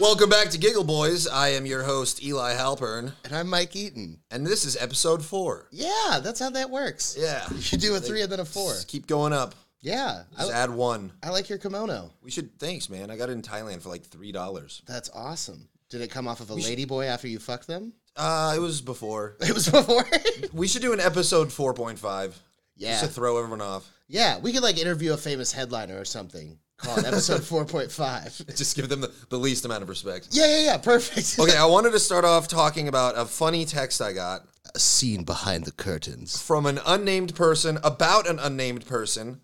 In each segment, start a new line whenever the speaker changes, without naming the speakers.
Welcome back to Giggle Boys. I am your host, Eli Halpern,
And I'm Mike Eaton.
and this is episode four.
Yeah, that's how that works.
Yeah.
You do a three and then a four.
Just keep going up.
Yeah.
Just
I,
add one.
I like your kimono.
We should, thanks, man. I got it in Thailand for like $3.
That's awesome. Did it come off of a lady boy after you fucked them?
Uh, it was before.
It was before.
We should do an episode 4.5 just
yeah.
to throw everyone off.
Yeah. We could like interview a famous headliner or something. Call it episode 4.5.
Just give them the, the least amount of respect.
Yeah, yeah, yeah. Perfect.
Okay, I wanted to start off talking about a funny text I got
A scene behind the curtains.
from an unnamed person about an unnamed person.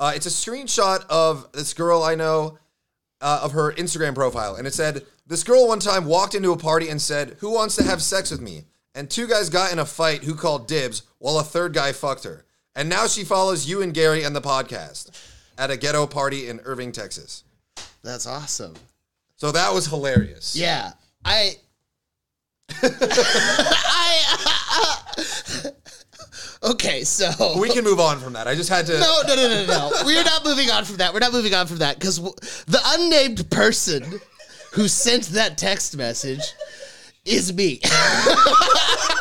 Uh, it's a screenshot of this girl I know uh, of her Instagram profile, and it said, "This girl one time walked into a party and said, "Who wants to have sex with me?" And two guys got in a fight who called dibs, while a third guy fucked her. And now she follows you and Gary and the podcast at a ghetto party in Irving, Texas.
That's awesome.
So that was hilarious.
Yeah. I. I. okay, so.
We can move on from that. I just had to.
No, no, no, no, no. We're not moving on from that. We're not moving on from that because w- the unnamed person who sent that text message is me. I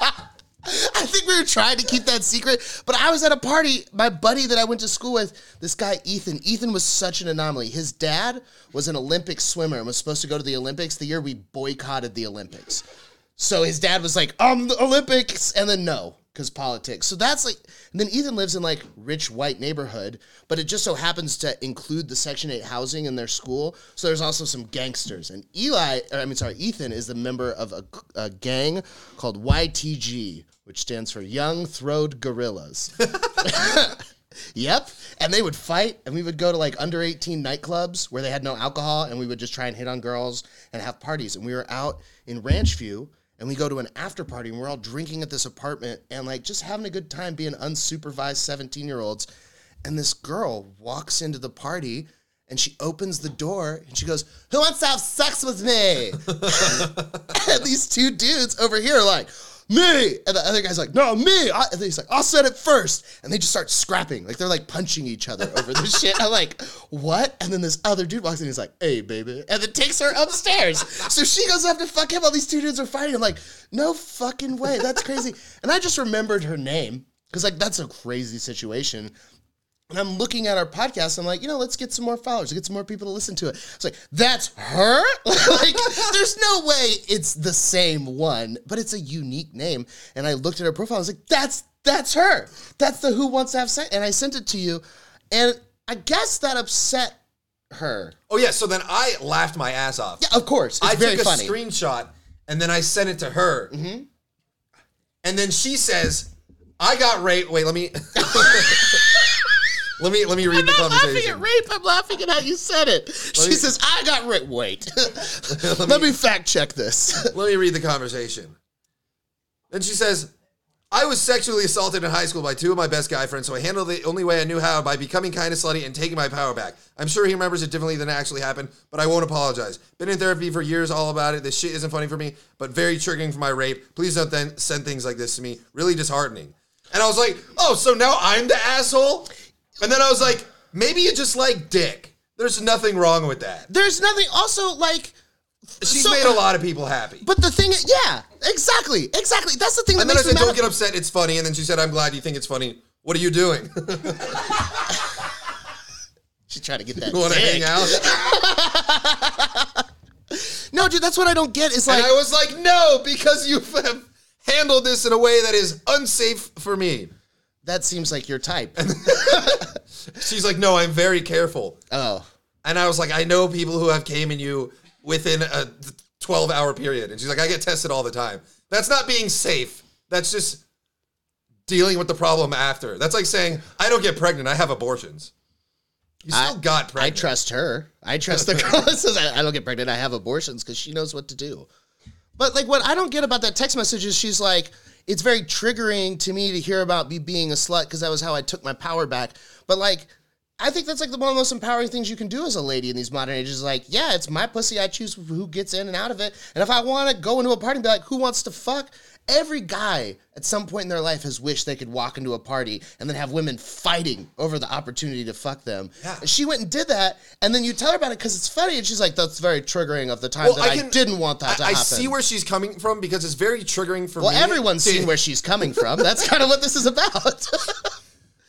think we were trying to keep that secret, but I was at a party. My buddy that I went to school with, this guy Ethan. Ethan was such an anomaly. His dad was an Olympic swimmer and was supposed to go to the Olympics the year we boycotted the Olympics. So his dad was like, um, the Olympics, and then no, because politics. So that's like, and then Ethan lives in like rich white neighborhood, but it just so happens to include the Section 8 housing in their school. So there's also some gangsters. And Eli, or I mean, sorry, Ethan is the member of a, a gang called YTG, which stands for Young Throwed Gorillas. Yep. And they would fight, and we would go to like under 18 nightclubs where they had no alcohol, and we would just try and hit on girls and have parties. And we were out in Ranch View, and we go to an after party, and we're all drinking at this apartment and like just having a good time being unsupervised 17 year olds. And this girl walks into the party. And she opens the door and she goes, Who wants to have sex with me? and these two dudes over here are like, me. And the other guy's like, no, me. I, and he's like, I'll set it first. And they just start scrapping. Like they're like punching each other over this shit. I'm like, what? And then this other dude walks in. He's like, hey, baby. And then takes her upstairs. so she goes up to fuck him while these two dudes are fighting. I'm like, no fucking way. That's crazy. and I just remembered her name because like that's a crazy situation. And I'm looking at our podcast. I'm like, you know, let's get some more followers, get some more people to listen to it. It's like, that's her? like, there's no way it's the same one, but it's a unique name. And I looked at her profile. I was like, that's that's her. That's the who wants to have sex. And I sent it to you, and I guess that upset her.
Oh yeah. So then I laughed my ass off.
Yeah, of course, it's
I
very
took a
funny. Mm-hmm.
screenshot and then I sent it to her. And then she says, "I got raped." Wait, let me let me let me read the
I'm not laughing at
conversation.
rape. I'm laughing at how you said it. She
me-
says, "I got rape." Wait, let,
Let
me fact check this.
Let me read the conversation. Then she says, "I was sexually assaulted in high school by two of my best guy friends, so I handled it the only way I knew how by becoming kind of slutty and taking my power back. I'm sure he remembers it differently than it actually happened, but I won't apologize. Been in therapy for years, all about it. This shit isn't funny for me, but very triggering for my rape. Please don't then send things like this to me. Really disheartening." And I was like, "Oh, so now I'm the asshole?" And then I was like, "Maybe you just like dick. There's nothing wrong with that."
There's nothing. Also, like.
She's
So-
made a lot of people happy.
But the thing, is, yeah, exactly, exactly. That's the thing that
And then I
makes me
said,
mad.
"Don't get upset. It's funny." And then she said, "I'm glad you think it's funny. What are you doing?
She's trying to get that.
Want to
dick.
hang out?"
No, dude, that's what I don't get. Is
And
like,
I was like, "No, because you have handled this in a way that is unsafe for me."
that seems like your type.
She's like, "No, I'm very careful."
oh,
And I was like, "I know people who have came in you within a 12 hour period." And she's like, "I get tested all the time. That's not being safe. That's just dealing with the problem after. That's like saying I don't get pregnant. I have abortions." You still
I-
got
I
pregnant.
trust her. I trust the girl that says I, I don't get pregnant. I have abortions because she knows what to do. But like, what I don't get about that text message is she's like, it's very triggering to me to hear about me being a slut because that was how I took my power back. But like, I think that's like the one of the most empowering things you can do as a lady in these modern ages. Like, yeah, it's my pussy. I choose who gets in and out of it. And if I want to go into a party and be like, who wants to fuck? Every guy at some point in their life has wished they could walk into a party and then have women fighting over the opportunity to fuck them.
Yeah.
And She went and did that, and then you tell her about it because it's funny, and she's like, "That's very triggering of the time
Well,
that I,
I can-
didn't want that to
I, I
happen."
see where she's coming from because it's very triggering for
well,
me.
everyone's
to-
seen where she's coming from. That's kind of what this is about.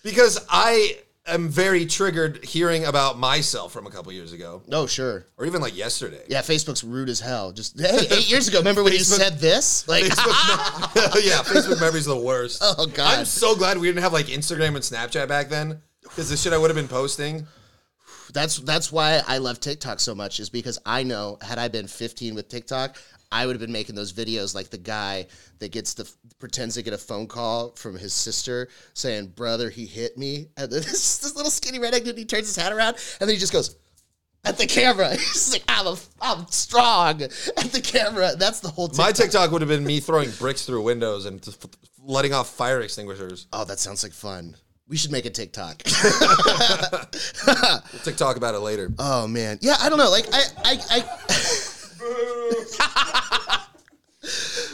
because I am very triggered hearing about myself from a couple years ago,
oh, sure.
or even like yesterday.
Yeah, Facebook's rude as hell. Just hey, eight years ago, remember when you said this? Like,
Facebook, yeah, Facebook memory's the worst.
Oh, God.
I'm so glad we didn't have like Instagram and Snapchat back then because the shit I would have been posting.
that's that's why I love TikTok so much is because I know had I been 15 with TikTok, I would have been making those videos like the guy that gets the pretends to get a phone call from his sister saying, "Brother, he hit me," and then this, this little skinny redneck dude he turns his hat around and then he just goes. At the camera, he's just like, "I'm a, I'm strong." At the camera, that's the whole.
My TikTok would have been me throwing bricks through windows and just f- letting off fire extinguishers.
oh, that sounds like fun. We should make a TikTok.
We'll TikTok about it later.
Oh man, yeah, I don't know. Like I, I, I.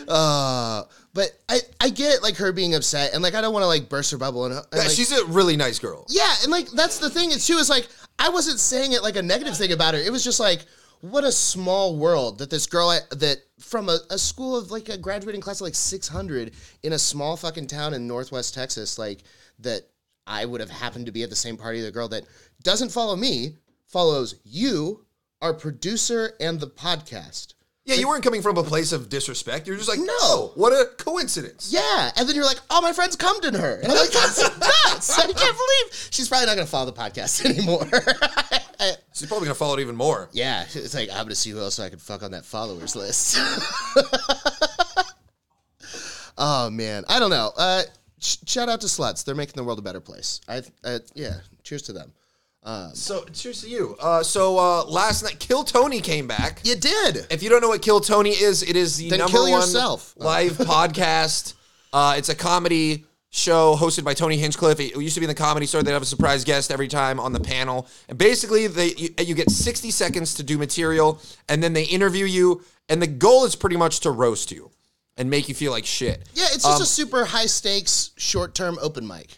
uh, but I, I get like her being upset, and like I don't want to like burst her bubble, and, and
yeah,
like,
she's a really nice girl.
yeah, and like that's the thing is too is like I wasn't saying it like a negative thing about her. It was just like what a small world that this girl at, that from a, a school of like a graduating class of like 600 in a small fucking town in northwest Texas like that I would have happened to be at the same party the girl that doesn't follow me follows you our producer and the podcast.
Yeah, you weren't coming from a place of disrespect. You're just like, no, what a coincidence.
Yeah, and then you're like, "Oh, my friends come to her," and I'm like, "That's nuts! I can't believe she's probably not gonna follow the podcast anymore."
She's probably gonna follow it even more.
Yeah, it's like I'm gonna see who else I can fuck on that followers list. oh man, I don't know. Uh, sh- shout out to sluts; they're making the world a better place. I uh, yeah, cheers to them.
So cheers to you. Uh, so uh, last night, Kill Tony came back.
You did.
If you don't know what Kill Tony is, it is the
Then
number
kill
one
yourself.
live podcast. Uh, it's a comedy show hosted by Tony Hinchcliffe. It used to be in the comedy store. They'd have a surprise guest every time on the panel. And basically, they you, you get 60 seconds to do material, and then they interview you. And the goal is pretty much to roast you and make you feel like shit.
Yeah, it's just a super high stakes, short term open mic,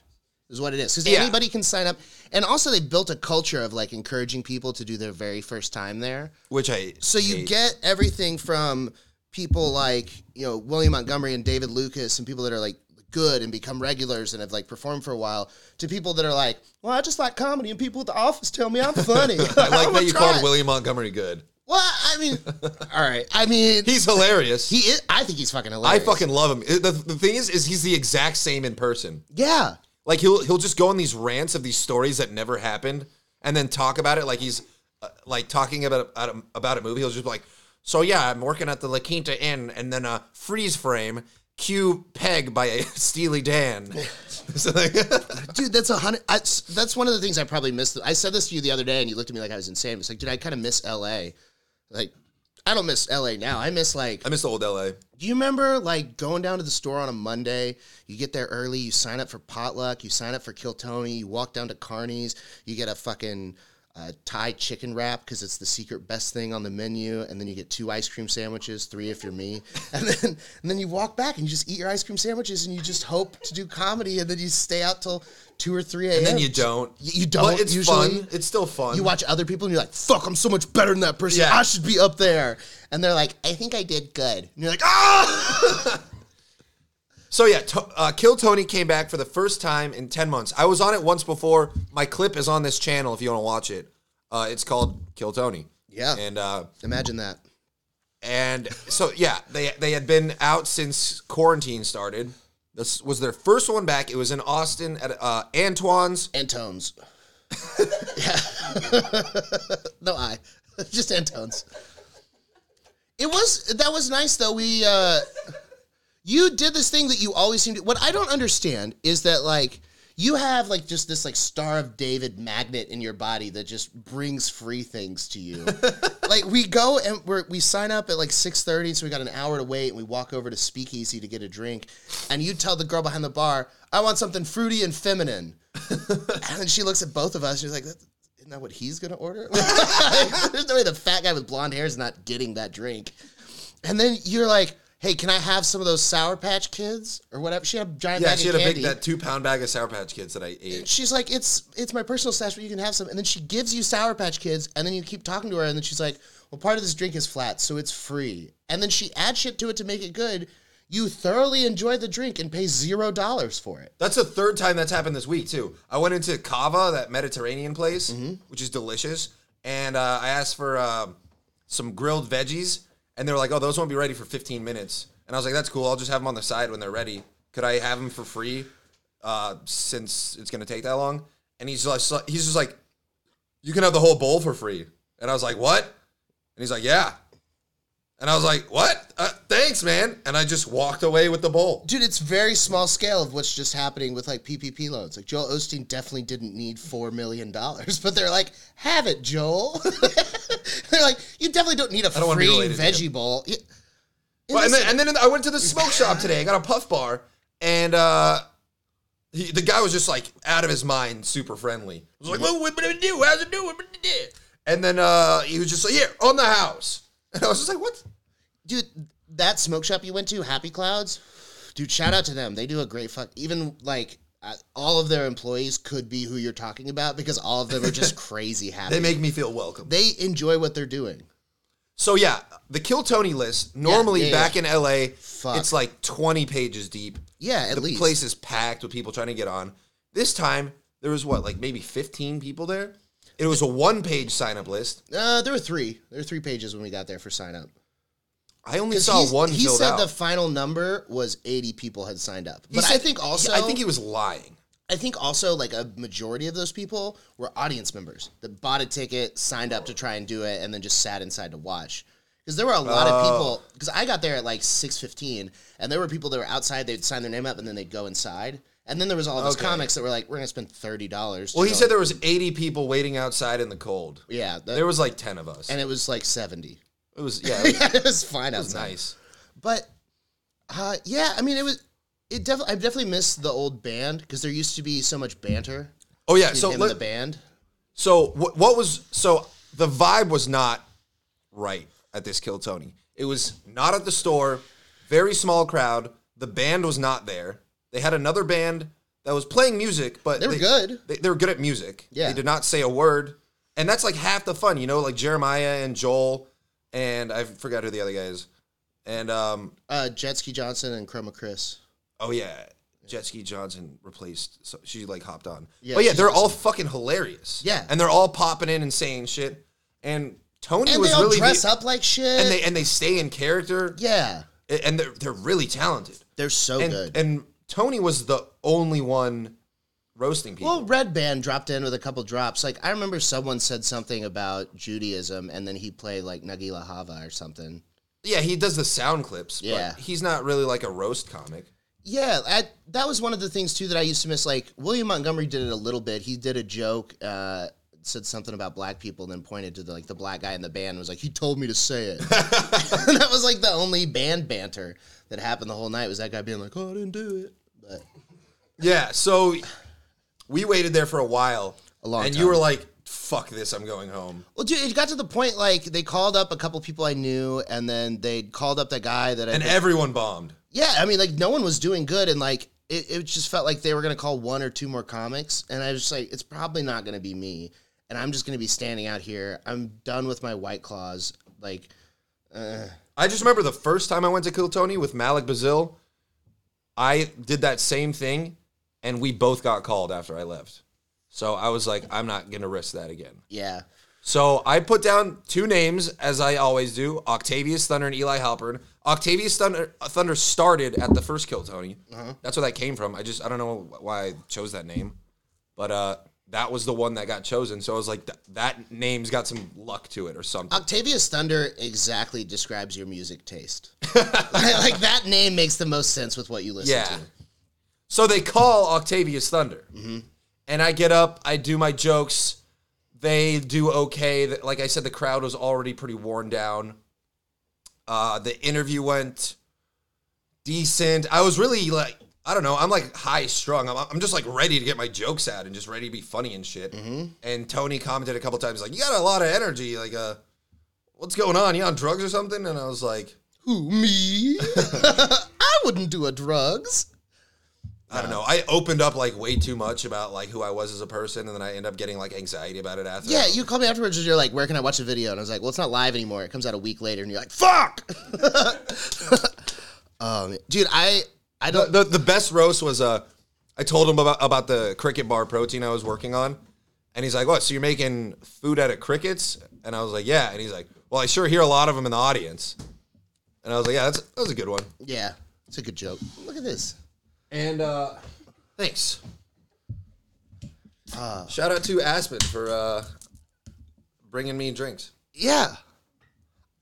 is what it is. Because
Yeah.
anybody can sign up, and also they built a culture of like encouraging people to do their very first time there.
Which I.
So you get everything from people like you know William Montgomery and David Lucas and people that are like good and become regulars and have like performed for a while to people that are like, well, I just like comedy and people at the office tell me I'm funny.
I like that you called William Montgomery good.
Well, I mean, all right. I mean,
He's hilarious.
he is. I think he's fucking
I
hilarious.
fucking love him. The, the thing is, is he's the exact same in person.
yeah.
Like he'll he'll just go on these rants of these stories that never happened, and then talk about it like he's uh, like talking about about a, about a movie. He'll just be like, "So yeah, I'm working at the La Quinta Inn, and then a freeze frame, cue peg by a Steely Dan." So, like,
dude, that's a hundred. I, that's one of the things I probably missed. I said this to you the other day, and you looked at me like I was insane. It's like, dude, I kind of miss L.A. Like, I don't miss L.A. now. I miss like
I miss old LA.
Do you remember like going down to the store on a Monday? You get there early, you sign up for potluck, you sign up for Kill Tony, you walk down to Carney's, you get a fucking uh, Thai chicken wrap because it's the secret best thing on the menu, and then you get two ice cream sandwiches, three if you're me, and then and then you walk back and you just eat your ice cream sandwiches and you just hope to do comedy, and then you stay out till two or three a.m.
And then you don't.
Y- you don't
But it's
usually.
fun. It's still fun.
You watch other people and you're like, fuck, I'm so much better than that person.
Yeah.
I should be up there. And they're like, I think I did good. And you're like, ah!
So yeah, to- uh, Kill Tony came back for the first time in ten months. I was on it once before. My clip is on this channel if you want to watch it. Uh, it's called Kill Tony.
Yeah.
and uh,
Imagine that.
and so yeah, they they had been out since quarantine started. This was their first one back. It was in Austin at uh, Antoine's.
Antones. yeah. no I. Just Antones. It was that was nice though. We uh you did this thing that you always seem to what I don't understand is that like you have like just this like star of David magnet in your body that just brings free things to you. like we go and we're, we sign up at like 6.30 so we got an hour to wait and we walk over to speakeasy to get a drink and you tell the girl behind the bar i want something fruity and feminine and then she looks at both of us. She's like, "That- "Isn't that what he's gonna order?" Like, there's no way the fat guy with blonde hair is not getting that drink. And then you're like, "Hey, can I have some of those Sour Patch Kids or whatever?" She had a giant
Yeah,
bag
she
of
had a
candy.
big that two pound bag of Sour Patch Kids that I
And
ate.
she's like, it's it's my personal stash, but you can have some. And then she gives you Sour Patch Kids, and then you keep talking to her, and then she's like, well, part of this drink is flat, so it's free. And then she adds shit to it to make it good. You thoroughly enjoy the drink and pay zero dollars for it.
That's the third time that's happened this week too. I went into Cava, that Mediterranean place, which is delicious, and uh, I asked for um some grilled veggies, and they were like, "Oh, those won't be ready for 15 minutes." And I was like, "That's cool. I'll just have them on the side when they're ready. Could I have them for free? Uh, since it's gonna take that long?" And he's like, "He's just like, you can have the whole bowl for free." And I was like, "What?" And he's like, "Yeah." And I was like, "What? Uh, thanks, man." And I just walked away with the bowl.
Dude, it's very small scale of what's just happening with like PPP loans. Like Joel Osteen definitely didn't need four million dollars, but they're like, have it, Joel. they're like, you definitely don't need a
don't wanna be
free
related to him.
veggie bowl. Yeah.
Well, and then, and then in the- I went to the smoke shop today. I got a puff bar, and uh, he, the guy was just like out of his mind, super friendly. I was like, "What what do we do? How's it doing?" And then uh, he was just like, "Here on the house," and I was just like, "What?"
dude, that smoke shop you went to, Happy Clouds, dude, shout out to them. They do a great fuck. Even like uh, all of their employees could be who you're talking about because all of them are just crazy happy.
They make me feel welcome.
they enjoy what they're doing.
So yeah, the Kill Tony list normally
yeah, yeah.
back in LA,
Fuck.
it's like twenty pages deep.
Yeah, at
the
least.
place is packed with people trying to get on. This time there was what, like maybe fifteen people there. It was a one-page sign-up list.
Uh, there were three. There were three pages when we got there for sign up.
I only saw one.
He
filled
said
out.
the final number was 80 people had signed up.
He
But I
said-
think also,
I think he was lying.
I think also like a majority of those people were audience members that bought a ticket, signed up to try and do it, and then just sat inside to watch. Because there were a lot
Oh.
of people. Because I got there at like six fifteen, and there were people that were outside. They'd sign their name up, and then they'd go inside. And then there was all these
Okay.
comics that were like, "We're gonna spend thirty dollars."
Well, he said there was 80 people waiting outside in the cold.
"Yeah," that-
There was like 10 of us.
and it was like seventy.
it was yeah, it was,
it was fine outside.
nice.
But uh, yeah, I mean, it was. It definitely. I definitely missed the old band because there used to be so much banter.
Oh yeah,
So
so
him
let-
and the band.
so what, what was so the vibe was not right at this Kill Tony. It was not at the store, very small crowd. The band was not there. They had another band that was playing music, but
They were good.
They, they were good at music.
Yeah.
they did not say a word, and that's like half the fun, you know. Like Jeremiah and Joel, and I forgot who the other guy is, and um,
Uh, Jetski Johnson and Chroma Chris.
Oh yeah, Jetski Johnson replaced. So she like hopped on.
Yeah,
but yeah,
she's
they're all fucking hilarious.
Yeah.
and they're all popping in and saying shit. And Tony
and
was
they all
really
dress
the-
up like shit.
and they and they stay in character.
yeah,
A- and they're they're really talented.
they're so
And
good.
and Tony was the only one roasting people.
well, Red Band dropped in with a couple drops. Like I remember someone said something about Judaism, and then he played like Nagila Hava or something.
yeah, he does the sound clips.
Yeah.
but he's not really like a roast comic.
Yeah, I, that was one of the things too that I used to miss. Like William Montgomery did it a little bit. He did a joke, uh, said something about black people, and then pointed to the, like the black guy in the band. and Was like, he told me to say it. And that was like the only band banter that happened the whole night. Was that guy being like, oh, I didn't do it, but.
Yeah, so we waited there for a while.
A long
and
time.
you were like, "Fuck this, I'm going home."
Well, dude, it got to the point like they called up a couple people I knew, and then they called up that guy that I.
And everyone bombed.
yeah, I mean, like no one was doing good, and like it, it just felt like they were gonna call one or two more comics, and I was just like, it's probably not gonna be me, and I'm just gonna be standing out here. I'm done with my white claws, like.
I just remember the first time I went to Kill Tony with Malik Bazil, I did that same thing, and we both got called after I left. So I was like, I'm not gonna risk that again.
Yeah,
So I put down two names as I always do: Octavius Thunder and Eli Halpern. Octavius Thunder, Thunder started at the first Kill Tony. That's where that came from. I just I don't know why I chose that name, but uh, that was the one that got chosen. So I was like, th- that name's got some luck to it or something.
Octavius Thunder exactly describes your music taste. like that name makes the most sense with what you listen
Yeah.
to.
So they call Octavius Thunder, and I get up, I do my jokes. They do okay. Th- Like I said, the crowd was already pretty worn down. Uh, the interview went decent. I was really like, I don't know. I'm like high strung. I'm, I'm just like ready to get my jokes out and just ready to be funny and shit. And Tony commented a couple times like, "You got a lot of energy. Like, uh, what's going on? You on drugs or something?" And I was like,
Who, me? I wouldn't do a drugs.
I don't know. I opened up like way too much about like who I was as a person, and then I end up getting like anxiety about it after.
Yeah, you called me afterwards and you're like, where can I watch a video? And I was like, well, it's not live anymore. It comes out a week later. And you're like, fuck! um, dude, I, I don't.
The, the best roast was uh, I told him about about the cricket bar protein I was working on, and he's like, "What? So you're making food out of crickets?" And I was like, "Yeah." And he's like, "Well, I sure hear a lot of them in the audience." And I was like, "Yeah, that's that was a good one."
yeah, it's a good joke. Look at this.
And uh, thanks.
Uh.
Shout out to Aspen for uh, bringing me drinks.
Yeah.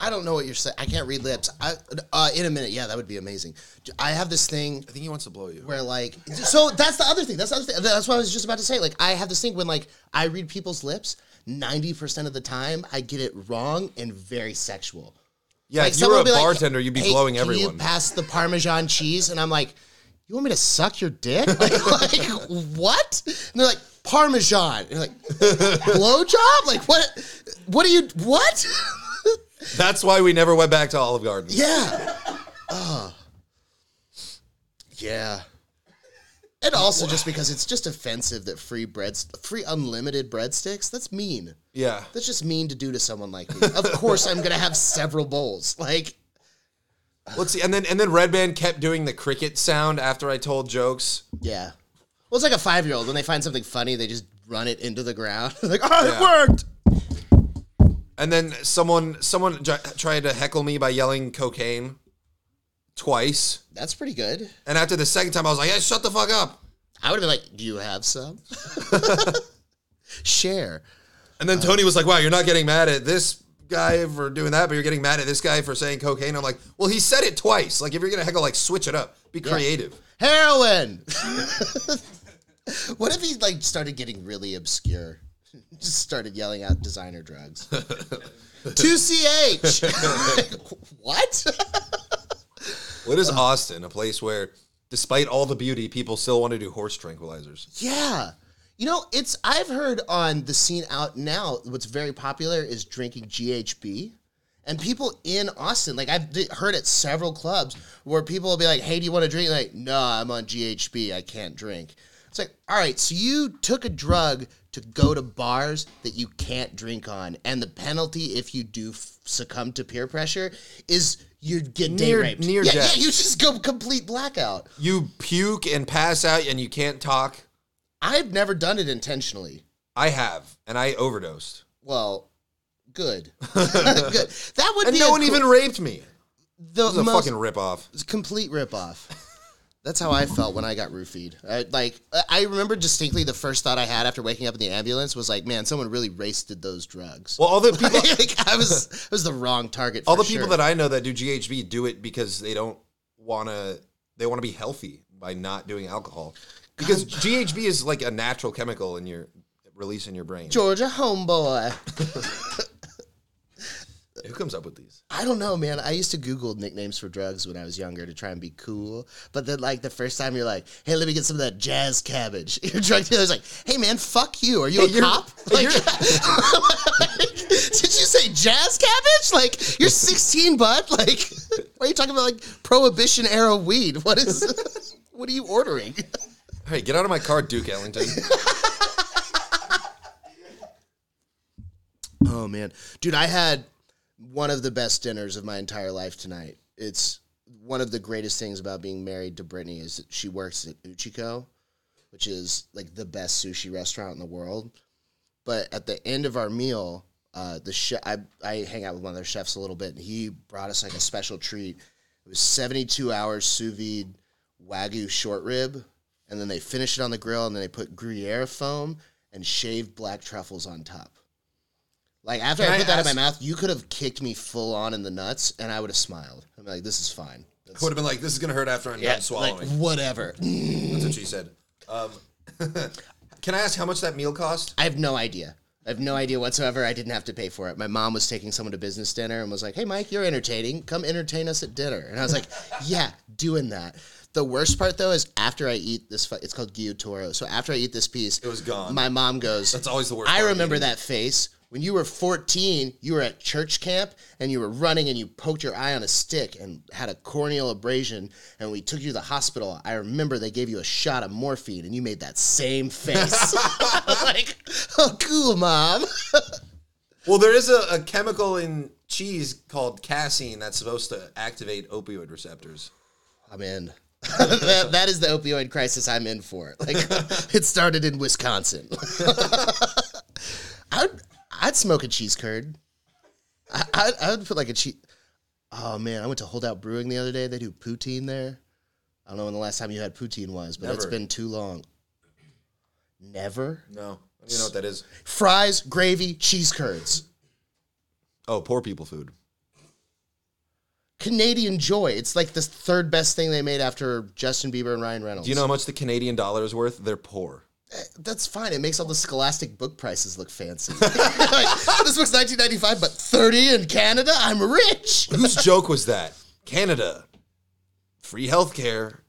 I don't know what you're saying. I can't read lips. I, uh, in a minute. Yeah, that would be amazing. I have this thing
I think he wants to blow you.
where like so that's the other thing that's the other thing that's what i was just about to say like i have this thing when like i read people's lips 90% of the time i get it wrong and very sexual
Yeah,
like
if you were
someone
a
will be like,
bartender, you'd be
"Hey,
blowing
can
everyone.
you pass the parmesan cheese and i'm like you want me to suck your dick like, like, what and they're like parmesan and you're like blow job like what what are you what
That's why we never went back to Olive Garden.
Yeah. Oh. Yeah. And also just because it's just offensive that free bread, free unlimited breadsticks, that's mean.
Yeah.
That's just mean to do to someone like me. Of course, I'm gonna have several bowls. Like,
Let's see. And then and then Red Band kept doing the cricket sound after I told jokes.
yeah. Well, it's like a five year old when they find something funny, they just run it into the ground. like, oh,
Yeah.
it worked.
And then someone someone j- tried to heckle me by yelling cocaine twice.
That's pretty good.
And after the second time, I was like, "Hey, shut the fuck up!"
I would have been like, do you have some? Share.
And then Tony was like, "Wow, you're not getting mad at this guy for doing that, but you're getting mad at this guy for saying cocaine." I'm like, "Well, he said it twice. Like, if you're gonna heckle, like, switch it up. Be creative."
heroin. what if he like started getting really obscure? Just started yelling out designer drugs. 2CH. what?
What is Austin? A place where, despite all the beauty, people still want to do horse tranquilizers.
yeah. You know, it's I've heard on the scene out now what's very popular is drinking GHB. And people in Austin, like I've d- heard at several clubs where people will be like, "Hey, do you want to drink?" Like, "No, I'm on GHB. I can't drink." It's like, "All right, so you took a drug to go to bars that you can't drink on, and the penalty if you do f- succumb to peer pressure is you get day
Near-
raped.
near
yeah,
death.
yeah, you just go complete blackout.
You puke and pass out, and you can't talk.
I've never done it intentionally.
I have, and I overdosed,
Well, good, good. That would
and
be a
no one
cool-
even raped me.
the
It was a
most
fucking ripoff.
It's a complete ripoff. That's how I felt when I got roofied. I, like I- I remember distinctly the first thought I had after waking up in the ambulance was like, "Man, someone really wasted those drugs."
Well, all the people,
like, I was I was the wrong target. For
all the people that I know that do GHB do it because they don't want to. They want to be healthy by not doing alcohol, because GHB is like a natural chemical in your release in your brain.
Georgia homeboy.
Who comes up with these?
I don't know, man. I used to Google nicknames for drugs when I was younger to try and be cool. But then, like, the first time you're like, hey, let me get some of that jazz cabbage. Your drug dealer's like, hey, man, fuck you. Are you
Hey,
a
you're-
cop?
hey,
Like,
you're-
did you say jazz cabbage? Like, you're 16, bud. Like, why are you talking about, like, prohibition era weed? What is, what are you ordering?
Hey, get out of my car, Duke Ellington.
Oh man, dude, I had one of the best dinners of my entire life tonight. It's one of the greatest things about being married to Brittany is that she works at Uchiko, which is like the best sushi restaurant in the world. But at the end of our meal, uh, the chef I, I hang out with one of their chefs a little bit, and he brought us like a special treat. It was seventy two hours sous vide wagyu short rib, and then they finish it on the grill, and then they put Gruyere foam and shaved black truffles on top. Like after
Can
I
I
put that in
ask-
my mouth, you could have kicked me full on in the nuts, and I would have smiled. I'm like, this is fine. That's
Would have been like, this is gonna hurt after I'm done swallowing.
like whatever.
That's what she said. Um, can I ask how much that meal cost?
I have no idea. I have no idea whatsoever. I didn't have to pay for it. My mom was taking someone to business dinner and was like, "Hey, Mike, you're entertaining. Come entertain us at dinner." And I was like, "Yeah, doing that." The worst part though is after I eat this, fu- it's called guillotoro. So after I eat this piece, it
was gone.
My mom goes,
That's always the worst.
"I
part of
remember
eating.
that face. When you were 14, you were at church camp and you were running and you poked your eye on a stick and had a corneal abrasion and we took you to the hospital. I remember they gave you a shot of morphine and you made that same face. I was like, oh, cool, mom.
Well, there is a, a chemical in cheese called casein that's supposed to activate opioid receptors.
I'm in. that, that is the opioid crisis I'm in for. Like, it started in Wisconsin. I'd I'd smoke a cheese curd. I I'd, I would put like a cheese. Oh man, I went to Holdout Brewing the other day. They do poutine there. I don't know when the last time you had poutine was, but it's
Never.
been too long. Never
No, I don't even know what that is.
fries, gravy, cheese curds.
Oh, poor people food.
Canadian joy. It's like the third best thing they made after Justin Bieber and Ryan Reynolds.
Do you know how much the Canadian dollar is worth? They're poor.
That's fine. It makes all the scholastic book prices look fancy. Like, this book's 1995, but 30 in Canada? I'm rich.
Whose joke was that? Canada, free healthcare,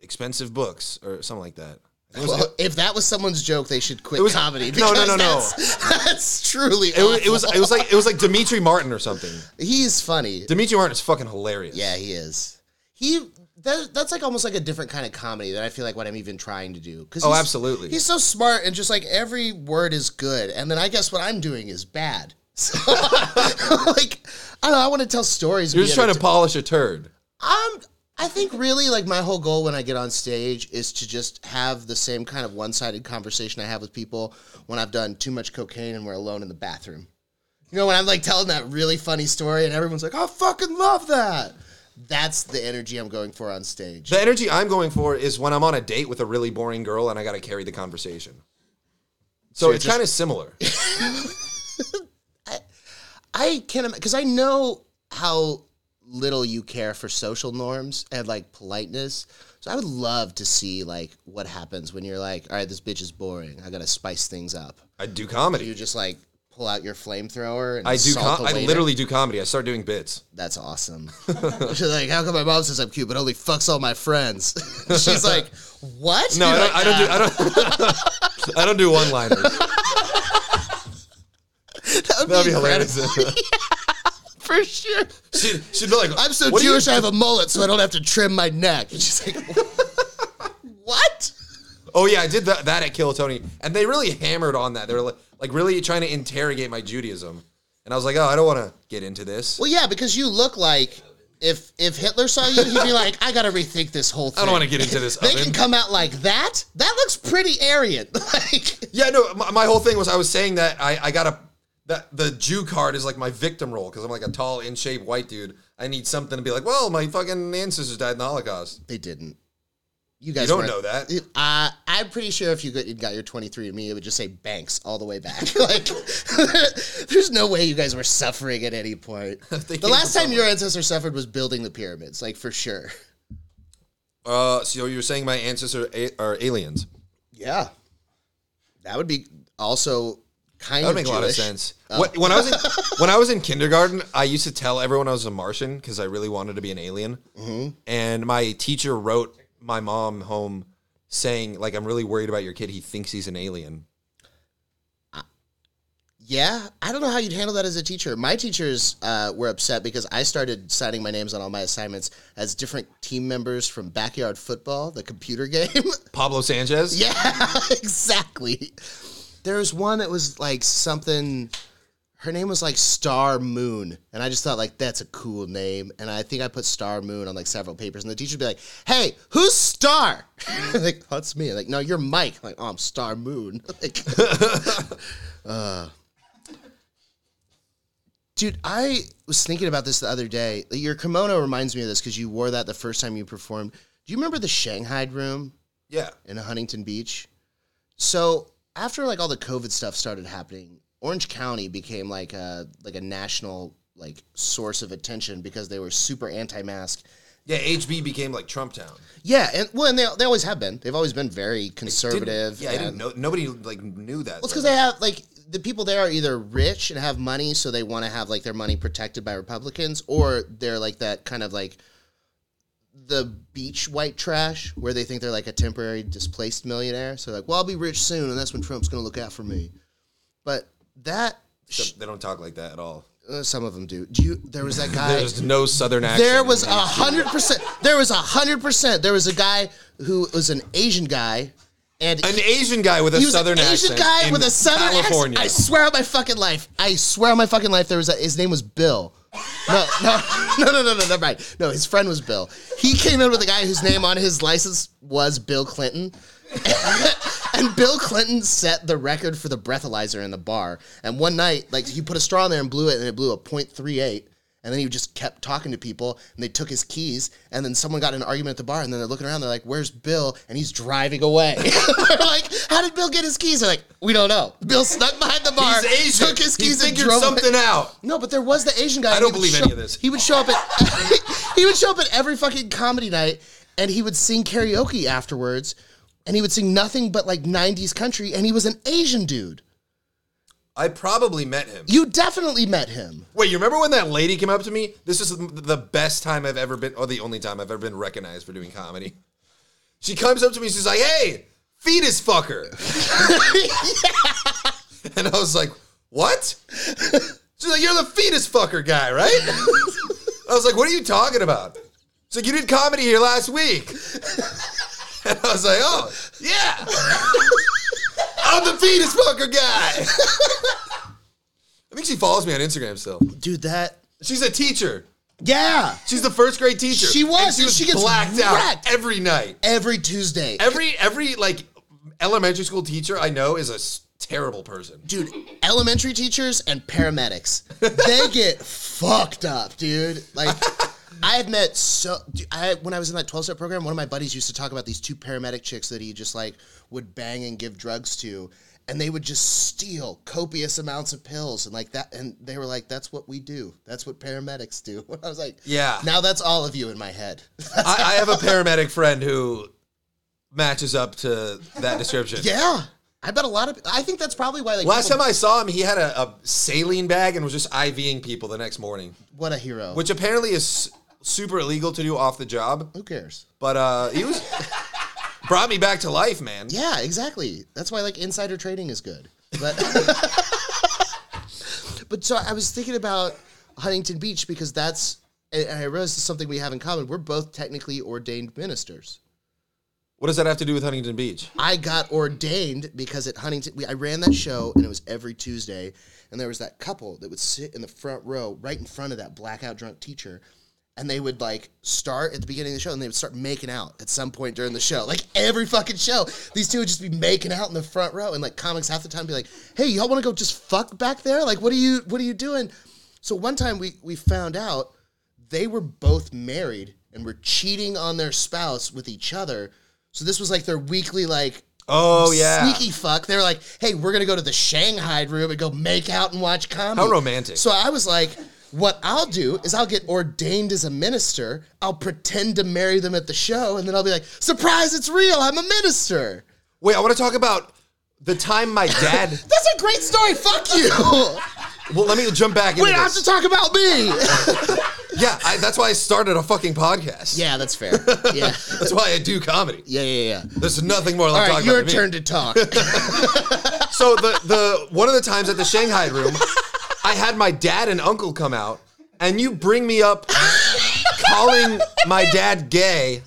expensive books, or something like that. It was,
Well, if that was someone's joke, they should quit
was-
comedy.
No, no,
because
no, no.
That's, that's truly.
it was, it was it was like it was like Dimitri Martin or something.
He's funny.
Dimitri Martin is fucking hilarious.
Yeah, he is. He that, that's like almost like a different kind of comedy that I feel like what I'm even trying to do. 'Cause
Oh,
he's-
absolutely.
He's so smart and just like every word is good, and then I guess what I'm doing is bad. So, like I don't know. I want to tell stories.
You're just trying to polish a turd.
Um, I think really like my whole goal when I get on stage is to just have the same kind of one-sided conversation I have with people when I've done too much cocaine and we're alone in the bathroom. You know, when I'm like telling that really funny story and everyone's like, "I fucking love that." That's the energy I'm going for on stage.
The energy I'm going for is when I'm on a date with a really boring girl and I got to carry the conversation. So, it's kind of similar.
I can't because I know how little you care for social norms and like politeness. So I would love to see like what happens when you're like, "All right, this bitch is boring. I gotta spice things up."
I do comedy.
you just like pull out your flamethrower and
I do.
assault
Com-
the
I
waiter?
literally do comedy. I start doing bits.
that's awesome she's like how come my mom says i'm cute but only fucks all my friends she's like what
No, I
You're
don't,
like,
I don't do.
"Ah."
I don't. I don't do one liners.
that would
That'd
be
be
hilarious
hilarious.
for sure
she'd, she'd be like,
i'm so
"What do you
jewish i have a mullet so i don't have to trim my neck and she's like what
Oh yeah, I did that, that at Kill Tony, and they really hammered on that. They were like, like really trying to interrogate my Judaism, and I was like, oh, I don't want to get into this.
well yeah because you look like if if hitler saw you he'd be like i gotta rethink this whole thing
I don't want to get into this
they
oven.
can come out like that that looks pretty aryan like
yeah, no, my, my whole thing was I was saying that I, I got a that the Jew card is like my victim role because I'm like a tall, in shape white dude. I need something to be like, well, my fucking ancestors died in the Holocaust.
They didn't. You guys
don't
weren't-
know that.
Uh, I'm pretty sure if you got, you got your 23andMe, it would just say banks all the way back. like, there's no way you guys were suffering at any point.
They
The
came
last
from
time your ancestor suffered was building the pyramids, like for sure.
Uh, so you're saying my ancestors are, a- are aliens?
Yeah, that would be also kind
That
of
would make a lot of
Jewish. Oh.
sense. What, when I was in, when I was in kindergarten, I used to tell everyone I was a Martian because I really wanted to be an alien.
Mm-hmm.
And my teacher wrote my mom home saying, "Like I'm really worried about your kid. He thinks he's an alien."
Yeah, I don't know how you'd handle that as a teacher. My teachers uh, were upset because I started signing my names on all my assignments as different team members from backyard football, the computer game.
Pablo Sanchez.
Yeah, exactly. There was one that was like something. Her name was like Star Moon, and I just thought like that's a cool name, and I think I put Star Moon on like several papers, and the teacher would be like, "Hey, who's Star?" like that's me. Like no, you're Mike. like oh, I'm Star Moon. like, uh. Dude, I was thinking about this the other day. Your kimono reminds me of this because you wore that the first time you performed. Do you remember the Shanghai room?
yeah.
in Huntington Beach. So after like all the COVID stuff started happening, Orange County became like a like a national like source of attention because they were super anti-mask.
Yeah, HB became like Trump Town.
Yeah, and well, and they, they always have been. They've always been very
Didn't-
conservative.
yeah, I
and-
didn't know. Nobody like knew that.
Well, it's
though.
because they have like the people there are either rich and have money, so they want to have like their money protected by Republicans, or they're like that kind of like the beach white trash where they think they're like a temporary displaced millionaire. So like, well, I'll be rich soon, and that's when Trump's going to look out for me. But that sh-
They don't talk like that at all.
uh, some of them do. Do you? There was that guy.
There's no southern accent.
There was a
in it.
hundred percent. There was a hundred percent. There was a guy who was an Asian guy, and
an Asian guy with a
he was
southern
an Asian
accent.
guy
in
with a southern
California.
accent. I swear on my fucking life. I swear on my fucking life. There was a, his name was Bill. No, no, no, no, no, no, no, right. No, his friend was Bill. He came in with a guy whose name on his license was Bill Clinton. and Bill Clinton set the record for the breathalyzer in the bar. And one night, like he put a straw in there and blew it, and it blew a .38. And then he just kept talking to people, and they took his keys. And then someone got in an argument at the bar, and then they're looking around, they're like, "Where's Bill?" And he's driving away. they're like, "How did Bill get his keys?" They're like, "We don't know. Bill snuck behind the bar,
He's Asian.
took his
He
keys, and
figured
drove away.
something out.
No, but there was the Asian guy.
I don't
He would
believe
show-
any of this.
He would show up at he would show up at every fucking comedy night, and he would sing karaoke afterwards, and he would sing nothing but like '90s country, and he was an Asian dude.
I probably met him.
You definitely met him.
Wait, you remember when that lady came up to me? This is the best time I've ever been, or the only time I've ever been recognized for doing comedy. She comes up to me, she's like, hey, fetus fucker. And I was like, what? She's like, you're the fetus fucker guy, right? I was like, what are you talking about? She's like, you did comedy here last week. And I was like, oh, yeah. I'm the fetus fucker guy. I think she follows me on Instagram still.
Dude, that
She's a teacher.
yeah.
She's the first grade teacher.
She was,
And
and she gets
blacked
wrecked.
out every night.
Every Tuesday,
Every every like elementary school teacher I know is a s- terrible person.
dude. Elementary teachers and paramedics, they get fucked up, dude. Like. I have met so dude, I when I was in that 12 step program, one of my buddies used to talk about these two paramedic chicks that he just like would bang and give drugs to and they would just steal copious amounts of pills and like that and they were like that's what we do. That's what paramedics do. I was like,
Yeah.
Now that's all of you in my head.
I, I have a paramedic friend who matches up to that description.
yeah. I bet a lot of I think that's probably why like
Last
people-
time I saw him, he had a, a saline bag and was just IVing people the next morning,
what a hero.
which apparently is super illegal to do off the job.
Who cares?
But uh, he was brought me back to life, man.
Yeah, exactly. That's why like insider trading is good. But but so I was thinking about Huntington Beach because that's and and I realized it's something we have in common. We're both technically ordained ministers.
What does that have to do with Huntington Beach?
I got ordained because at Huntington, we, I ran that show and it was every Tuesday, and there was that couple that would sit in the front row, right in front of that blackout drunk teacher, and they would like start at the beginning of the show and they would start making out at some point during the show, like every fucking show. These two would just be making out in the front row, and like comics half the time be like, "Hey, y'all want to go just fuck back there? Like, what are you, what are you doing?" So one time we we found out they were both married and were cheating on their spouse with each other. So this was like their weekly like
Oh yeah,
sneaky fuck. They were like, "Hey, we're gonna go to the Shanghai room and go make out and watch comedy."
How romantic.
So I was like, "What I'll do is I'll get ordained as a minister. I'll pretend to marry them at the show, and then I'll be like, surprise, it's real. I'm a minister."
Wait, I want to talk about the time my dad.
That's a great story. Fuck you.
well, let me jump back into
we don't have
this.
to talk about me.
yeah, I, that's why I started a fucking podcast.
yeah, that's fair. Yeah.
That's why I do comedy.
Yeah, yeah, yeah.
There's nothing more I
All
love
right,
talking
your
about. than me.
turn to talk.
So the the one of the times at the Shanghai room, I had my dad and uncle come out, and you bring me up calling my dad gay.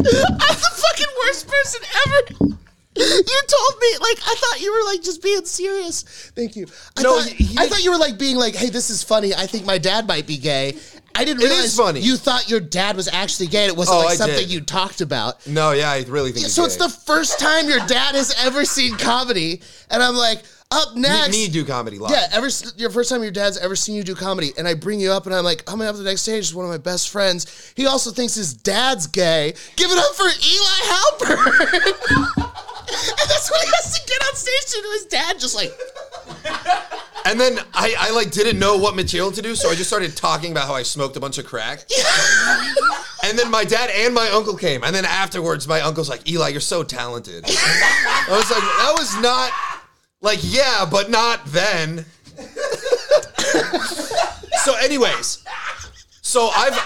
I'm the fucking worst person ever. You told me like I thought you were like just being serious. Thank you. I,
No,
thought,
he- he
I
didn't-
thought you were like being like, "Hey, this is funny. I think my dad might be gay." I didn't
It
realize
is funny.
you thought your dad was actually gay. and It wasn't
Oh,
like
I
something
did.
you talked about.
No, yeah, I really think. he's
So it's
gay.
the first time your dad has ever seen comedy, and I'm like, up next.
me, me do comedy live.
Yeah, ever s- your first time your dad's ever seen you do comedy, and I bring you up, and I'm like, coming up the next stage is one of my best friends. He also thinks his dad's gay. Give it up for Eli Halpern. and that's when he has to get on stage to his dad, just like,
And then I, I like didn't know what material to do, so I just started talking about how I smoked a bunch of crack. and then my dad and my uncle came, and then afterwards my uncle's like, "Eli, you're so talented." I was like, "That was not like yeah, but not then." so, anyways, so I've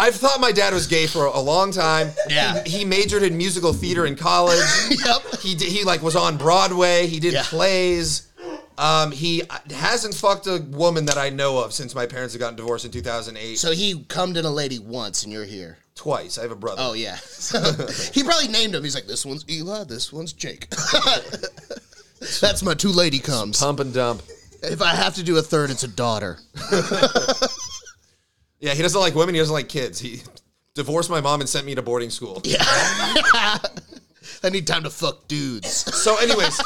I've thought my dad was gay for a long time.
Yeah.
he, he majored in musical theater in college
yep.
he did, he like was on Broadway. He did
Yeah.
plays. Um, he hasn't fucked a woman that I know of since my parents have gotten divorced in 2008.
So he cummed in a lady once, and you're here.
Twice. I have a brother.
Oh yeah. So he probably named him. He's like, this one's Eli, this one's Jake. That's my two lady comes.
Pump and dump.
If I have to do a third, it's a daughter.
Yeah, he doesn't like women. He doesn't like kids. He divorced my mom and sent me to boarding school.
Yeah. I need time to fuck dudes.
So, anyways.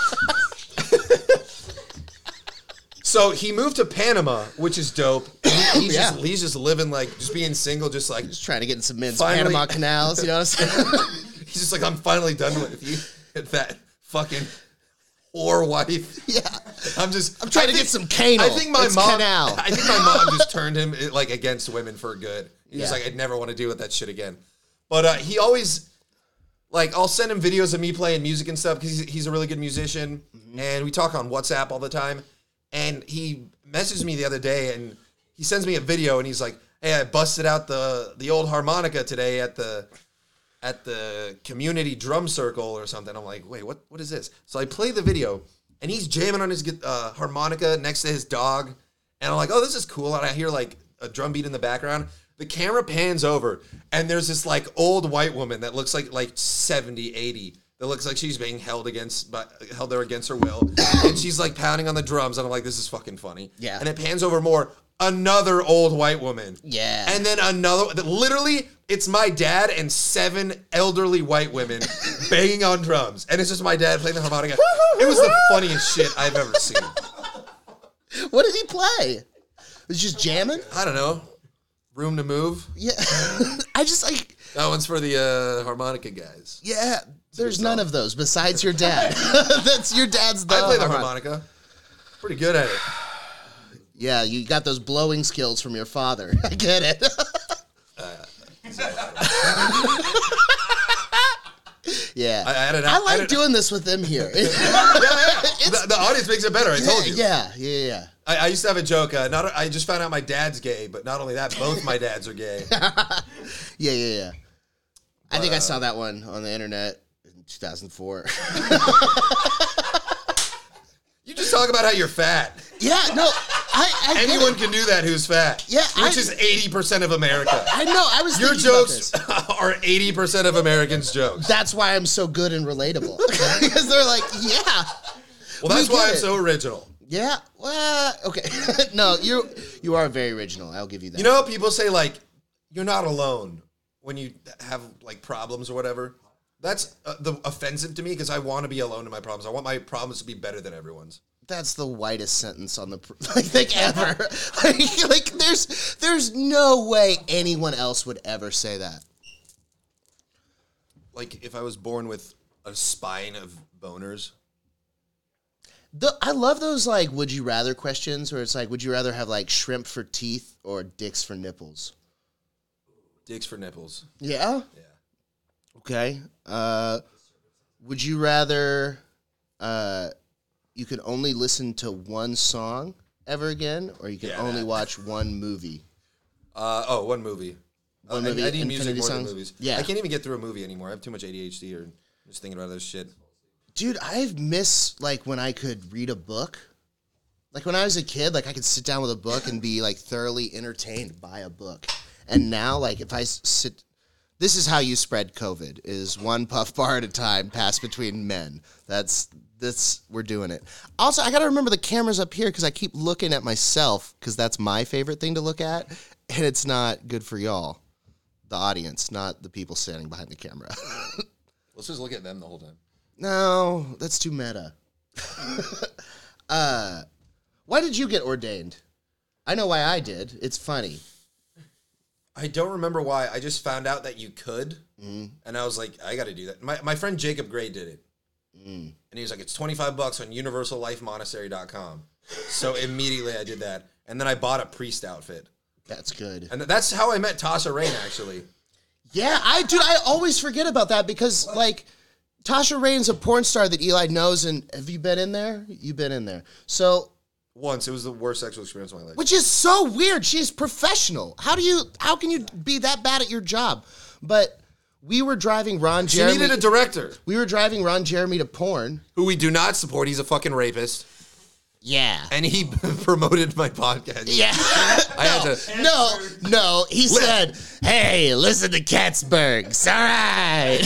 So he moved to Panama, which is dope. He's,
Yeah.
just, he's just living like just being single, just like
Just trying to get in some men's
Finally-
Panama canals. You know what I'm saying?
he's just like I'm finally done with you, with that fucking whore wife.
yeah.
I'm just I'm
trying to get some canal.
I think my
It's
mom.
canal.
I think my mom just turned him eh, like against women for good. He's
Yeah.
like, I'd never want to deal with that shit again. But uh, he always like I'll send him videos of me playing music and stuff because he's, he's a really good musician,
Mm-hmm.
and we talk on WhatsApp all the time. And he messaged me the other day, and he sends me a video, and he's like, "Hey, I busted out the the old harmonica today at the." at the community drum circle or something. I'm like, wait, what? What is this? So I play the video, and he's jamming on his gu- uh, harmonica next to his dog, and I'm like, oh, this is cool. And I hear like a drum beat in the background. The camera pans over, and there's this like old white woman that looks like like 70, 80. That looks like she's being held against, but held there against her will, and she's like pounding on the drums. And I'm like, this is fucking funny.
Yeah.
And it pans over more. Another old white woman.
Yeah.
And then another, literally, it's my dad and seven elderly white women banging on drums, and it's just my dad playing the harmonica. it was the funniest shit I've ever seen.
What did he play? Was he just jamming?
I don't know. Room to move.
Yeah. I just like
That one's for the uh, harmonica guys.
yeah. There's none of those besides your dad. That's your dad's. The
I play the
Oh, harmon-
harmonica. Pretty good at it.
Yeah, you got those blowing skills from your father. I get it. yeah,
I added-
I
I
like
added-
doing this with them here.
Yeah, yeah. The, the audience makes it better. I told you.
yeah, yeah, yeah.
I, I used to have a joke. Uh, not I just found out my dad's gay, but not only that, both my dads are gay.
Yeah, yeah, yeah. I
uh,
think I saw that one on the internet in 2004.
You just talk about how you're fat.
yeah, no, I, I get it.
Anyone can do that who's fat.
Yeah,
which
I-
is eighty percent of America.
I know. I was
Your
thinking about
jokes
this.
are eighty percent of Americans' jokes.
That's why I'm so good and relatable because they're like, yeah,
Well, that's
We get
why I'm
it.
so original.
yeah. Well, okay. no, you you are very original. I'll give you that.
You know, how people say like you're not alone when you have like problems or whatever. That's uh, the offensive to me because I want to be alone in my problems. I want my problems to be better than everyone's.
That's the whitest sentence on the pr- I think ever. like, like there's there's no way anyone else would ever say that.
Like if I was born with a spine of boners.
The, I love those like would you rather questions where it's like would you rather have like shrimp for teeth or dicks for nipples?
Dicks for nipples.
Yeah.
Yeah.
Okay. Uh, would you rather uh, you could only listen to one song ever again, or you can
Yeah,
only
that.
watch one movie?
Uh, oh, one movie. Uh,
One
I-
movie,
I, need music
Infinity
more
Songs?
than movies.
Yeah.
I can't even get through a movie anymore. I have too much ADHD or just thinking about other shit.
Dude, I've missed like when I could read a book. Like when I was a kid, like I could sit down with a book and be like thoroughly entertained by a book. And now, like if I s- sit, this is how you spread COVID: is one puff bar at a time passed between men. That's that's we're doing it. Also, I got to remember the cameras up here because I keep looking at myself because that's my favorite thing to look at, and it's not good for y'all, the audience, not the people standing behind the camera.
Let's just look at them the whole time.
No, that's too meta. uh, why did you get ordained? I know why I did. It's funny.
I don't remember why. I just found out that you could, and I was like, I got to do that. My, my friend Jacob Gray did it, and he was like, it's twenty five bucks on UniversalLifeMonastery.com. So immediately I did that, and then I bought a priest outfit,
That's good.
and that's how I met Tasha Rain actually.
Yeah, I dude, I always forget about that because like Tasha Rain's a porn star that Eli knows, and have you been in there? You've been in there. So
Once it was the worst sexual experience of my life.
which is so weird. She's professional. How do you how can you be that bad at your job? But we were driving Ron
she
Jeremy.
needed a director
we were driving Ron Jeremy to porn.
who we do not support. He's a fucking rapist.
Yeah.
and he promoted my podcast.
Yeah.
I had to.
No, no. He said, "Hey, listen to Katzbergs. All right.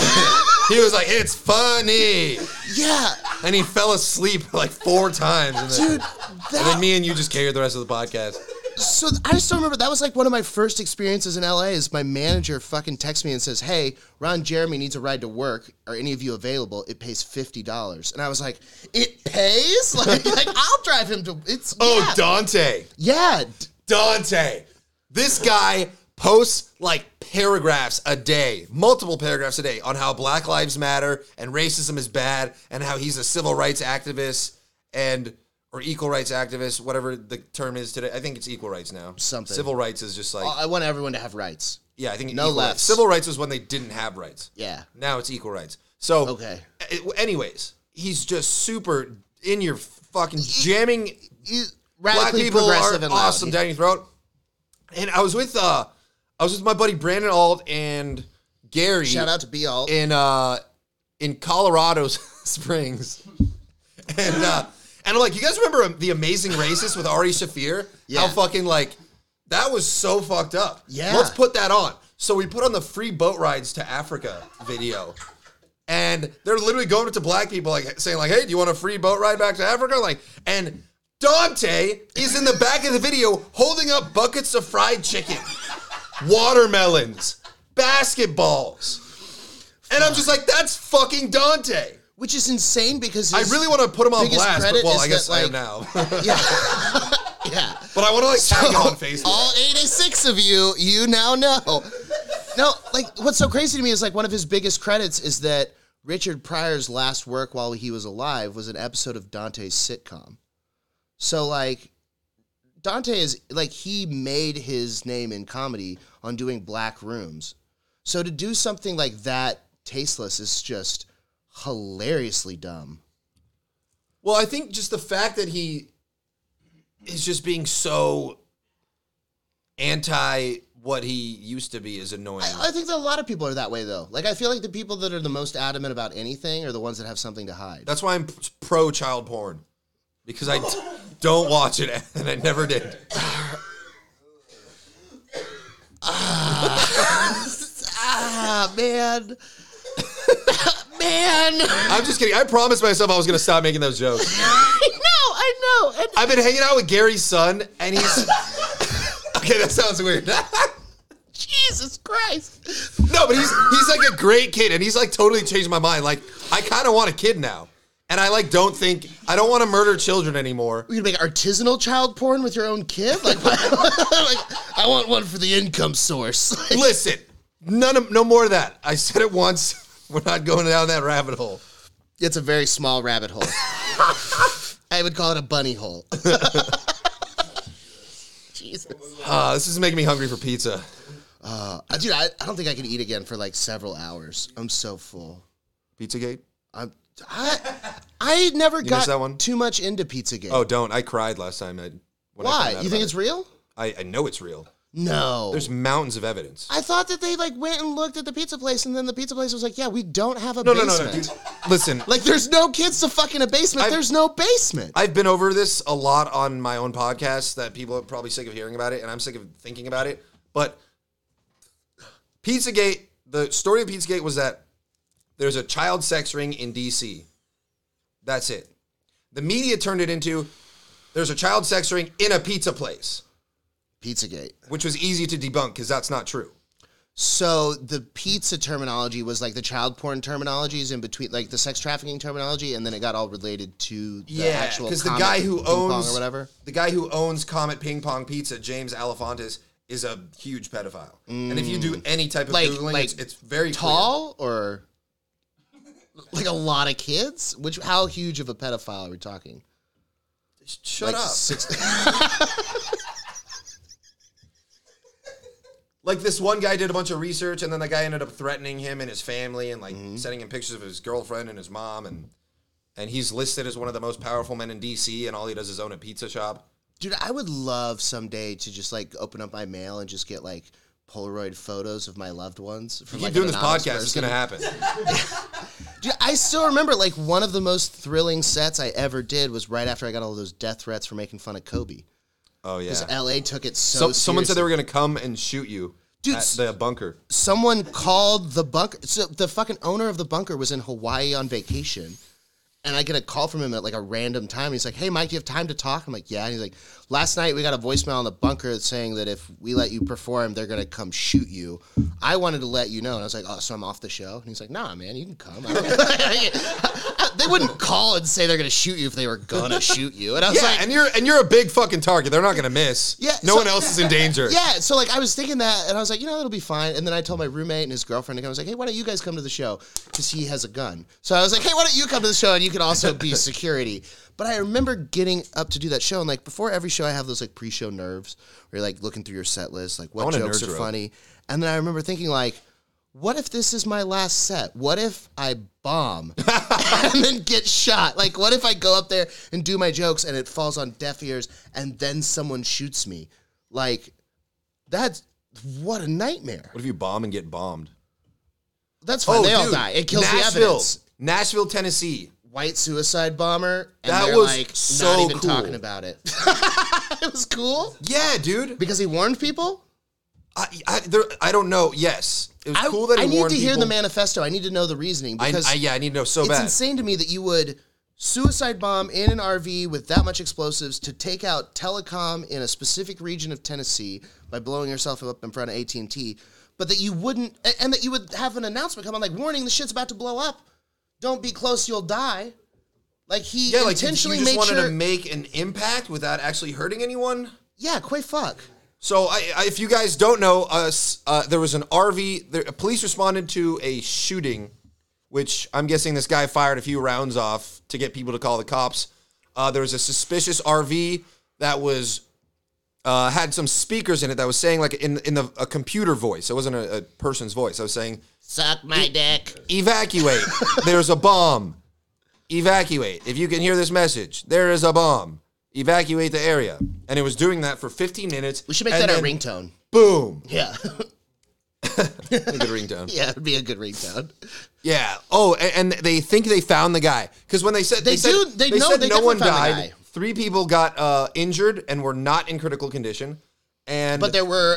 He was like, "It's funny,"
yeah,
and he fell asleep like four times. And then,
dude.
and then
That.
me and you just carried the rest of the podcast.
So th- I just don't remember. That was like one of my first experiences in LA. Is my manager fucking texts me and says, "Hey, Ron Jeremy needs a ride to work. Are any of you available? It pays fifty dollars." And I was like, "It pays? Like, like I'll drive him to. It's
Oh,
yeah.
Dante.
yeah. d-
Dante. This guy posts like paragraphs a day, multiple paragraphs a day on how Black Lives Matter and racism is bad and how he's a civil rights activist and or equal rights activist, whatever the term is today. I think it's equal rights now.
Something.
Civil rights is just like
I want everyone to have rights.
yeah, I think
no
equal rights-
lefts.
Civil rights was when they didn't have rights.
Yeah.
Now it's equal rights. So
Okay.
a- anyways, he's just super in your fucking jamming
You-
black
radically
people are
progressive and loud.
awesome down your throat. And I was with uh, I was with my buddy Brandon Alt and Gary
Shout out to B Alt.
in uh, in Colorado Springs, and uh, and I'm like, you guys remember the Amazing Racist with Ari Shafir? How
Yeah.
fucking like that was so fucked up.
Yeah.
let's put that on. So we put on the free boat rides to Africa video. And they're literally going up to black people, like saying, like, "Hey, do you want a free boat ride back to Africa?" Like, and Dante is in the back of the video holding up buckets of fried chicken, watermelons, basketballs, and I'm just like, that's fucking Dante.
which is insane because
I
his-
really want to put him on
biggest
blast, but
credit
well,
is
I guess
that,
I am now.
yeah yeah
but I want to like tag him on Facebook.
all 86 of you you now know no like what's so crazy to me is like one of his biggest credits is that richard pryor's last work while he was alive was an episode of dante's sitcom so like dante is like he made his name in comedy on doing black rooms so to do something like that tasteless is just hilariously dumb
Well, I think just the fact that he is just being so anti what he used to be is annoying.
I think that a lot of people are that way though. Like I feel like the people that are the most adamant about anything are the ones that have something to hide.
That's why I'm pro child porn because I d- don't watch it and I never did.
Ah man. man.
I'm just kidding. I promised myself I was going to stop making those jokes.
I know, I know. And
I've been hanging out with Gary's son and he's Okay, that sounds weird.
Jesus Christ.
No, but he's he's like a great kid, and he's like totally changed my mind. Like I kind of want a kid now, and I like don't think I don't want to murder children anymore.
We're gonna make artisanal child porn with your own kid? Like, what? like I want one for the income source. Like,
Listen, none of no more of that. I said it once. We're not going down that rabbit hole.
it's a very small rabbit hole. I would call it a bunny hole. Jesus.
Uh, this is making me hungry for pizza.
Uh, dude, I, I don't think I can eat again for like several hours. I'm so full.
Pizzagate?
I'm, I I never got
missed that one?
too much into Pizzagate.
Oh, don't! I cried last time. I, when I
Why?
found out
You think
about
it's
it.
real?
I, I know it's real.
No.
There's mountains of evidence.
I thought that they like went and looked at the pizza place, and then the pizza place was like, "Yeah, we don't have a
No, no,
basement."
no, no. dude. Listen,
Like, there's no kids to fuck in a basement. there's no basement.
I've been over this a lot on my own podcast that people are probably sick of hearing about it, and I'm sick of thinking about it. But Pizzagate, the story of Pizzagate was that there's a child sex ring in DC. That's it. The media turned it into there's a child sex ring in a pizza place,
Pizzagate.
which was easy to debunk because that's not true.
So the pizza terminology was like the child porn terminologies in between, like the sex trafficking terminology, and then it got all related to the actual.
because the
comic
guy who
ping pong
owns
or whatever.
the guy who owns Comet Ping Pong Pizza, James Alafontes, is a huge pedophile. And if you do any type of
Mm. Like-
googling,
like
it's, it's very clear.
tall or like a lot of kids? Which how huge of a pedophile are we talking?
Shut
like
up.
Six,
Like this one guy did a bunch of research, and then the guy ended up threatening him and his family, and like
Mm-hmm.
sending him pictures of his girlfriend and his mom, and and he's listed as one of the most powerful men in D.C. And all he does is own a pizza shop.
dude, I would love someday to just like open up my mail and just get like Polaroid photos of my loved ones. From,
Keep
like, an
doing this
anonymous
podcast; it's
person.
gonna happen.
Dude, I still remember like one of the most thrilling sets I ever did was right after I got all those death threats for making fun of Kobe.
Oh yeah.
Because LA took it so,
So, someone said
seriously.
they were gonna come and shoot you
Dude,
at
s-
the bunker.
someone called the bunker. So the fucking owner of the bunker was in Hawaii on vacation. And I get a call from him at like a random time. He's like, hey, Mike, do you have time to talk? I'm like, yeah. And he's like, last night we got a voicemail on the bunker saying that if we let you perform, they're going to come shoot you. I wanted to let you know. And I was like, oh, so I'm off the show? And he's like, nah, man, you can come. I don't- they wouldn't call and say they're going to shoot you if they were going to shoot you. And I was
Yeah,
like,
and you're and you're a big fucking target. They're not gonna miss.
Yeah,
No
so-
one else is in danger.
Yeah, so like I was thinking that, and I was like, you know, it'll be fine. And then I told my roommate and his girlfriend, and I was like, hey, why don't you guys come to the show? Because he has a gun. So I was like, hey, why don't you come to the show and you can also be security? But I remember getting up to do that show, and like before every show, I have those like pre-show nerves where you're like looking through your set list, like what
want a
jokes
nerds
are
row.
funny. And then I remember thinking like. What if this is my last set? What if I bomb and then get shot? Like, what if I go up there and do my jokes and it falls on deaf ears and then someone shoots me? Like, that's what a nightmare.
What if you bomb and get bombed?
That's fine. they all
Oh, dude,
die. It kills
Nashville,
the evidence.
Nashville, Tennessee.
White suicide bomber. And
That
they're
was
like
so
not even
cool.
talking about it. it was cool
Yeah, dude.
because he warned people.
I I, there, I don't know. Yes, it was
I,
cool that he
I need
warned
to hear
people.
the manifesto. I need to know the reasoning
I,
because
I- yeah, I need to know so
it's
bad.
insane to me that you would suicide bomb in an RV with that much explosives to take out telecom in a specific region of Tennessee by blowing yourself up in front of AT and T, but that you wouldn't, a- and that you would have an announcement come on like, "Warning, the shit's about to blow up. Don't be close, you'll die." Like he
Yeah, like
intentionally
you just
made
wanted
sure.
to make an impact without actually hurting anyone.
yeah, quite fuck.
So, I, I, if you guys don't know, us uh, there was an RV. There, police responded to a shooting, which I'm guessing this guy fired a few rounds off to get people to call the cops. Uh, there was a suspicious RV that was uh, had some speakers in it that was saying like in in the, a computer voice. It wasn't a, a person's voice. I was saying
Suck my dick.
evacuate. There's a bomb. Evacuate. If you can hear this message, there is a bomb. Evacuate the area. And it was doing that for 15 minutes.
We should make
and
that a
then
ringtone.
Boom.
Yeah,
A good ringtone.
yeah, it'd be a good ringtone.
Yeah. Oh, and, and they think they found the guy because when they said
They
said-
do- they know-
said
they
no
definitely
one
found the
died.
guy.
Three people got uh, injured and were not in critical condition. And
But there were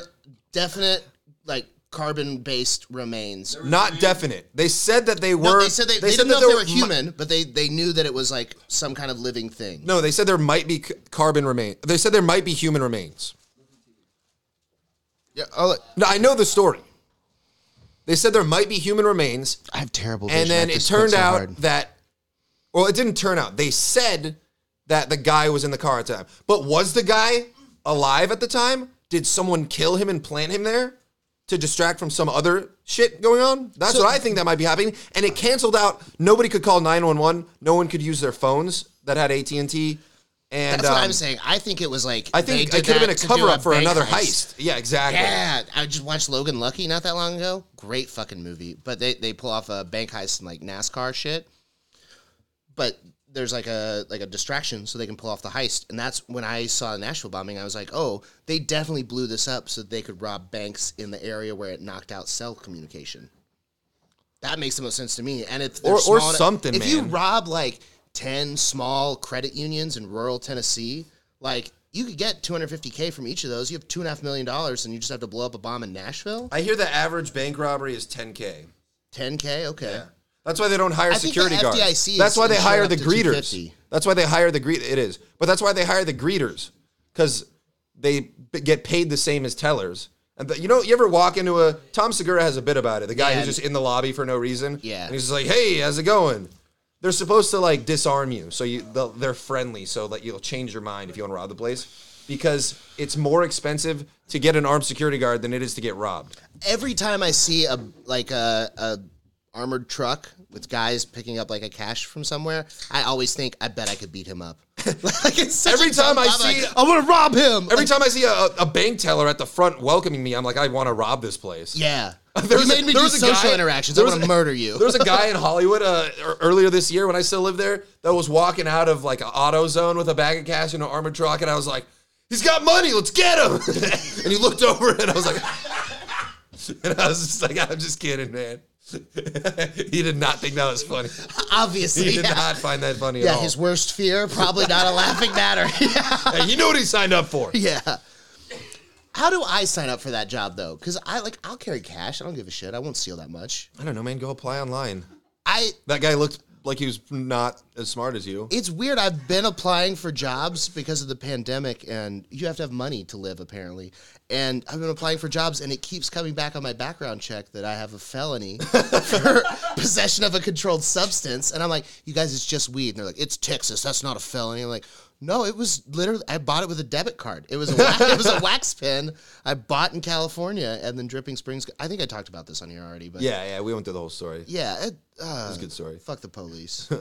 definite like carbon based remains
not definite. They said that they were.
No, they said they, they,
said
didn't know
that
if they were
there mi-
human, but they, they knew that it was like some kind of living thing.
No, they said there might be c- carbon remains. They said there might be human remains.
Yeah, oh,
No, I know the story. They said there might be human remains,
I have terrible.
and then it turned out that, well, it didn't turn out. They said that the guy was in the car at the time, but was the guy alive at the time? Did someone kill him and plant him there to distract from some other shit going on? That's what I think that might be happening. And it canceled out. Nobody could call nine one one. No one could use their phones that had AT and T. And
That's what
um,
I'm saying. I think it was like
I
they
think
did
it could have
that
been a
to do
cover up for
bank
another heist. Yeah, exactly.
Yeah, I just watched Logan Lucky not that long ago. Great fucking movie, but they they pull off a bank heist and like NASCAR shit. But there's like a like a distraction so they can pull off the heist, and that's when I saw the Nashville bombing. I was like, oh, they definitely blew this up so they could rob banks in the area where it knocked out cell communication. That makes the most sense to me. And if they're
Or- or
small-
something,
if you
man.
rob like ten small credit unions in rural Tennessee, like you could get 250k from each of those. You have two and a half million dollars, and you just have to blow up a bomb in Nashville.
I hear the average bank robbery is 10k.
10k, okay.
That's why they don't hire
think the
security guards.
FDIC is
that's why they
insured
hire
up
the
to
greeters.
250.
That's why they hire the greet. It is, but that's why they hire the greeters because they b- get paid the same as tellers. And but you know, you ever walk into a Tom Segura has a bit about it. The guy
Yeah,
who's
and-
just in the lobby for no reason.
Yeah.
and he's just like, "Hey, how's it going?" They're supposed to like disarm you, so you they'll- they're friendly, so that you'll change your mind if you want to rob the place, because it's more expensive to get an armed security guard than it is to get robbed.
Every time I see a like a, a armored truck with guys picking up like a cash from somewhere, I always think, I bet I could beat him up. like it's such
Every
a dumb
time I
thought, I'm
see-
like, I want to rob him.
Every time I see a, a a bank teller at the front welcoming me, I'm like, I want to rob this place.
yeah,
There
you
was a-
made me
there
do
was a
social
guy-
interactions. I
there was
want to
a-
murder you.
There was a guy in Hollywood uh, er- earlier this year when I still lived there that was walking out of like an auto zone with a bag of cash in an armored truck, and I was like, "He's got money, let's get him!" and he looked over, and I was like, "And I was just like, I'm just kidding, man." he did not think that was funny.
Obviously.
He did
yeah.
not find that funny at
Yeah,
all.
his worst fear, probably not a laughing matter. yeah.
Hey, he knew what he signed up for.
Yeah. How do I sign up for that job though? Because I like I'll carry cash. I don't give a shit. I won't steal that much.
I don't know, man. Go apply online.
I
That guy looked like he was not as smart as you.
it's weird. I've been applying for jobs because of the pandemic, and you have to have money to live apparently. And I've been applying for jobs, and it keeps coming back on my background check that I have a felony for possession of a controlled substance. And I'm like, you guys, it's just weed. And they're like, it's Texas. That's not a felony. I'm like. No, it was literally. I bought it with a debit card. It was a wax, it was a wax pen I bought in California, and then Dripping Springs. I think I talked about this on here already, but
Yeah, yeah. We went through the whole story.
yeah, it, uh,
It's a good story.
fuck the police.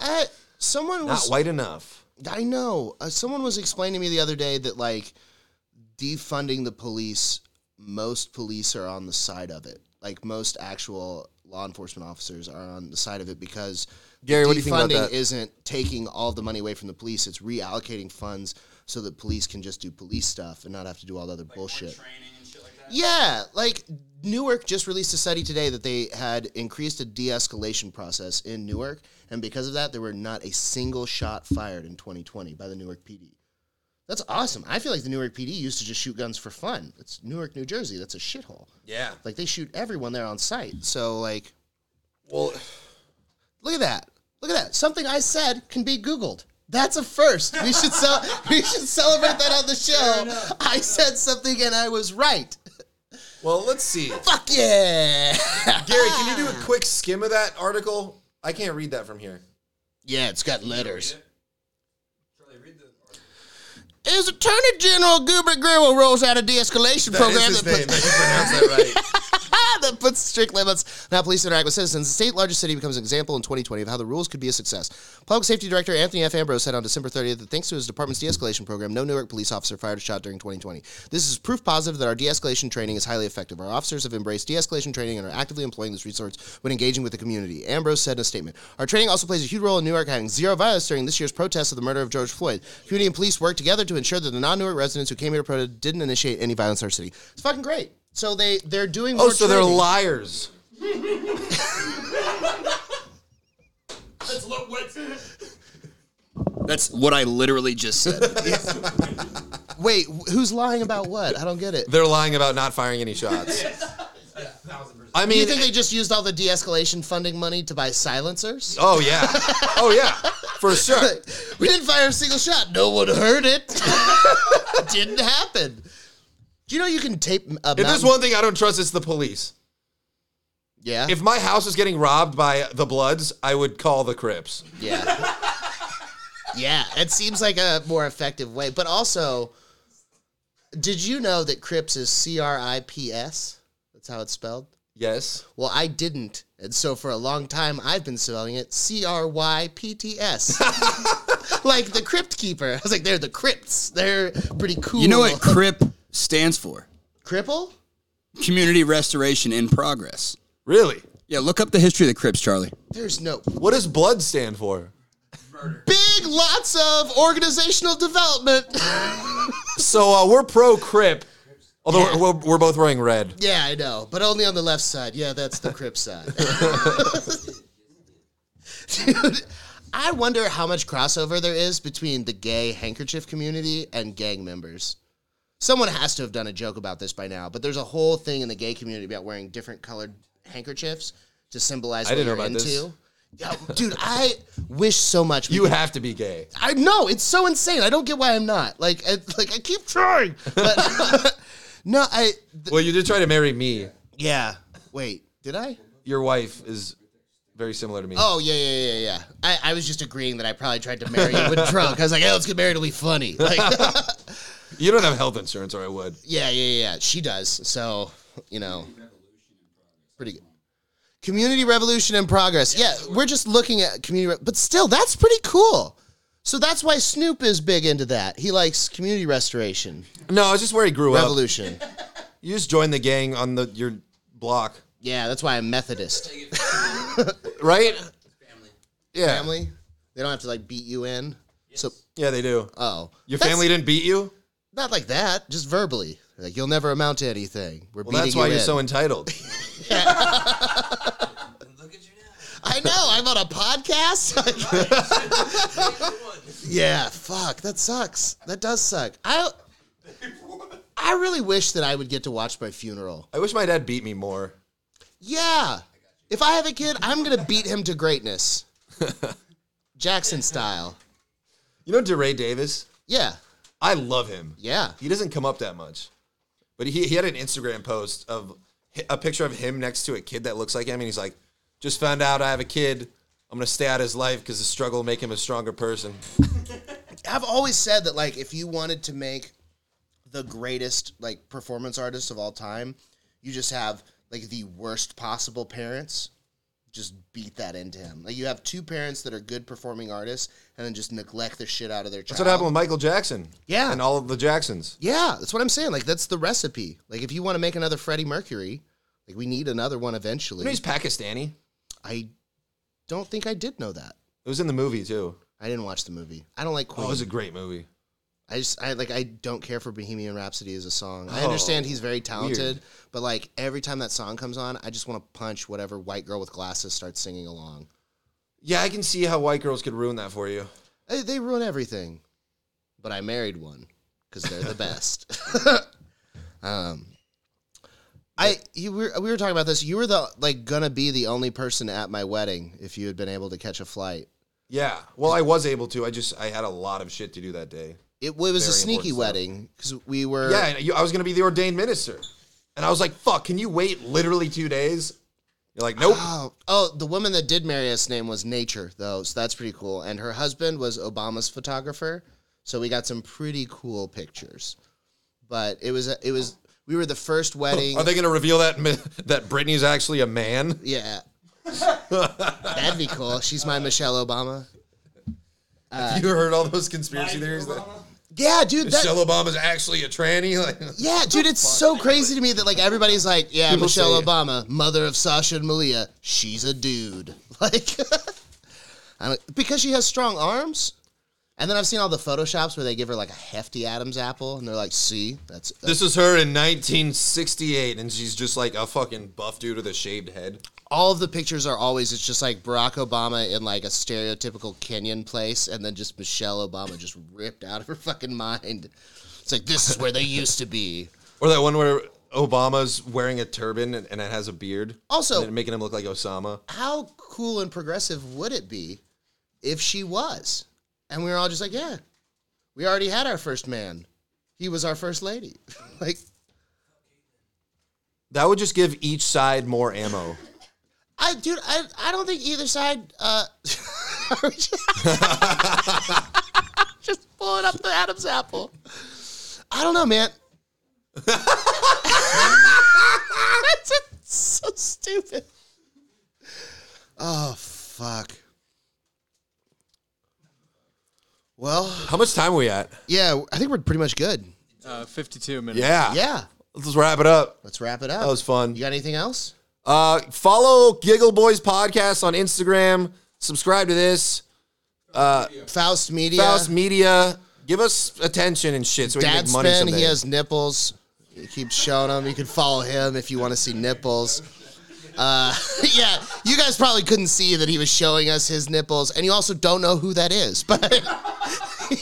uh, someone
Not
was
white enough.
I know. Uh, someone was explaining to me the other day that like defunding the police, most police are on the side of it. Like most actual law enforcement officers are on the side of it because
Gary,
defunding
what do you think about that?
isn't taking all the money away from the police. It's reallocating funds so that police can just do police stuff and not have to do all the other bullshit.
training and shit like that.
Yeah, like Newark just released a study today that they had increased a de-escalation process in Newark, and because of that, there were not a single shot fired in 2020 by the Newark PD. That's awesome. I feel like the Newark PD used to just shoot guns for fun. It's Newark, New Jersey. That's a shithole.
Yeah.
Like they shoot everyone there on site. So like,
Well,
look at that. Look at that. Something I said can be Googled. That's a first. We should sell. we should celebrate that on the show. I said something and I was right.
well, let's see. Gary,
Fuck yeah.
can you do a quick skim of that article? I can't read that from here.
Yeah, it's got letters.
Charlie, read the article.
Is Attorney General Gilbert Griswold rolls out a de-escalation
That is
program
his
that,
name.
puts,
that you pronounced that right.
that puts strict limits on how police interact with citizens. The state largest city becomes an example in 2020 of how the rules could be a success. Public Safety Director Anthony F. Ambrose said on December 30th that thanks to his department's de-escalation program, no Newark police officer fired a shot during 2020. This is proof positive that our de-escalation training is highly effective. Our officers have embraced de-escalation training and are actively employing this resource when engaging with the community. Ambrose said in a statement, "Our training also plays a huge role in Newark having zero violence during this year's protests of the murder of George Floyd. Community and police worked together to ensure that the non-Newark residents who came here to protest didn't initiate any violence in our city. It's fucking great. So they they're doing
Oh,
more
so they're
training.
liars.
That's what, what's,
That's what I literally just said.
Wait, wh- who's lying about what? I don't get it.
They're lying about not firing any shots.
thousand percent.
I
Do you
mean,
think they just used all the de-escalation funding money to buy silencers?
oh yeah, oh yeah, for sure.
we didn't fire a single shot. No one heard it. didn't happen. Do you know you can tape a
If there's
mountain-
one thing I don't trust, it's the police.
Yeah.
If my house is getting robbed by the Bloods, I would call the Crips.
yeah. yeah. It seems like a more effective way. But also, did you know that Crips is C R I P S? That's how it's spelled.
Yes.
Well, I didn't. And so for a long time, I've been spelling it C R Y P T S. like the Crypt Keeper. I was like, they're the Crypts. They're pretty cool.
You know what CRIP stands for?
Cripple?
Community Restoration in Progress.
Really?
Yeah, look up the history of the Crips, Charlie.
There's no.
What does Blood stand for?
Big lots of organizational development.
So uh, we're pro Crip, although we're, we're both wearing red.
yeah, I know. But only on the left side. Yeah, that's the Crypt side. Dude, I wonder how much crossover there is between the gay handkerchief community and gang members. Someone has to have done a joke about this by now, but there's a whole thing in the gay community about wearing different colored handkerchiefs to symbolize what
didn't know
you're
about this.
into. Yeah, dude, I wish so much we
You have to be gay.
I know it's so insane. I don't get why I'm not. Like, I, like I keep trying, but no, I. th-
Well, you did try to marry me.
yeah. Wait, did I?
Your wife is very similar to me.
Oh yeah, yeah, yeah, yeah. I, I was just agreeing that I probably tried to marry you when drunk. I was like, oh, let's get married. It'll be funny. Like,
You don't have health insurance, or I would.
yeah, yeah, yeah. She does. So you know, pretty good. Community revolution in progress. Yeah, we're just looking at community, re- but still, that's pretty cool. So that's why Snoop is big into that. He likes community restoration,
No, it's just where he grew up.
revolution.
You just joined the gang on the your block,
Yeah, that's why I'm Methodist.
right? Yeah.
Family, they don't have to like beat you in. So,
Yeah, they do.
oh,
Your
That's-
family didn't beat you?
not like that, just verbally. Like you'll never amount to anything. We're
Well, that's
beating
why
you
you're
in."
so entitled.
And look at you now.
I know. I'm on a podcast.
Everyone.
yeah. Fuck. That sucks. That does suck. I I really wish that I would get to watch my funeral.
I wish my dad beat me more.
Yeah. If I have a kid, I'm gonna beat him to greatness, Jackson style.
You know DeRay Davis?
Yeah.
I love him.
Yeah.
He doesn't come up that much. But he, he had an Instagram post of hi- a picture of him next to a kid that looks like him. And he's like, just found out I have a kid. I'm going to stay out of his life because the struggle will make him a stronger person.
I've always said that like if you wanted to make the greatest like performance artist of all time, you just have like the worst possible parents. Just beat that into him. Like you have two parents that are good performing artists, and then just neglect the shit out of their child.
That's what happened with Michael Jackson.
Yeah.
And all of the Jacksons.
Yeah, that's what I'm saying. Like that's the recipe. Like if you want to make another Freddie Mercury, like we need another one
You know
eventually.
he's Pakistani.
I don't think I did know that.
It was in the movie, too.
I didn't watch the movie. I don't like
Oh,
Queen.
it was a great movie.
I just I like I don't care for Bohemian Rhapsody as a song. I
Oh,
understand he's very talented,
weird.
but like every time that song comes on, I just want to punch whatever white girl with glasses starts singing along.
Yeah, I can see how white girls could ruin that for you.
They, they ruin everything. But I married one because they're the best. um, I you were we were talking about this. You were the like gonna be the only person at my wedding if you had been able to catch a flight.
Yeah. Well, I was able to. I just, I had a lot of shit to do that day.
It, it was a
Very
sneaky
important stuff.
wedding because we were
Yeah, and you, I was going to be the ordained minister. And I was like, fuck, can you wait literally two days? You're like, nope.
Oh, oh, the woman that did marry us name was Nature, though, so that's pretty cool. And her husband was Obama's photographer, so we got some pretty cool pictures. But it was it was we were the first wedding.
Are they going to reveal that mi- that Britney's actually a man?
yeah, that'd be cool. She's my Michelle Obama.
you heard all those conspiracy theories that
Yeah, dude. That,
Michelle Obama's actually a tranny? Like,
yeah, dude. It's so crazy to me that like everybody's like, yeah,
People
Michelle
say-
Obama, mother of Sasha and Malia, she's a dude. Like, I don't, because she has strong arms. And then I've seen all the photoshops where they give her like a hefty Adam's apple, and they're like, "See, that's
this is her in 1968, and she's just like a fucking buff dude with a shaved head.
all of the pictures are always it's just like Barack Obama in like a stereotypical Kenyan place, and then just Michelle Obama just ripped out of her fucking mind. It's like this is where they used to be.
Or that one where Obama's wearing a turban and, and it has a beard.
Also-
and then making him look like Osama.
How cool and progressive would it be if she was? And we were all just like, yeah, we already had our first man. He was our first lady. like,
That would just give each side more ammo.
I, dude, I, I don't think either side. Uh, just, just pulling up the Adam's apple. I don't know, man. That's just so stupid. Oh fuck. Well,
How much time are we at?
yeah, I think we're pretty much good.
Uh, 52 minutes.
Yeah.
Yeah,
Let's just wrap it up.
let's wrap it up.
That was fun.
You got anything else?
Uh, follow Giggle Boys Podcast on Instagram. Subscribe to this.
Faust Media.
Faust Media. Give us attention and shit so we can
Dad
make money
Spin,
someday.
he has nipples. He keeps showing them. You can follow him if you want to see nipples. Uh, yeah, you guys probably couldn't see that he was showing us his nipples, and you also don't know who that is. But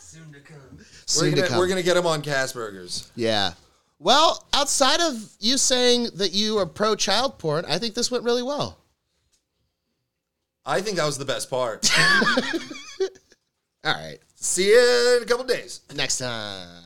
Soon to come.
we're,
soon to
gonna,
come.
we're gonna get him on Casperger's.
yeah. Well, outside of you saying that you are pro child porn, I think this went really well.
I think that was the best part.
All right,
See you in a couple days.
next time.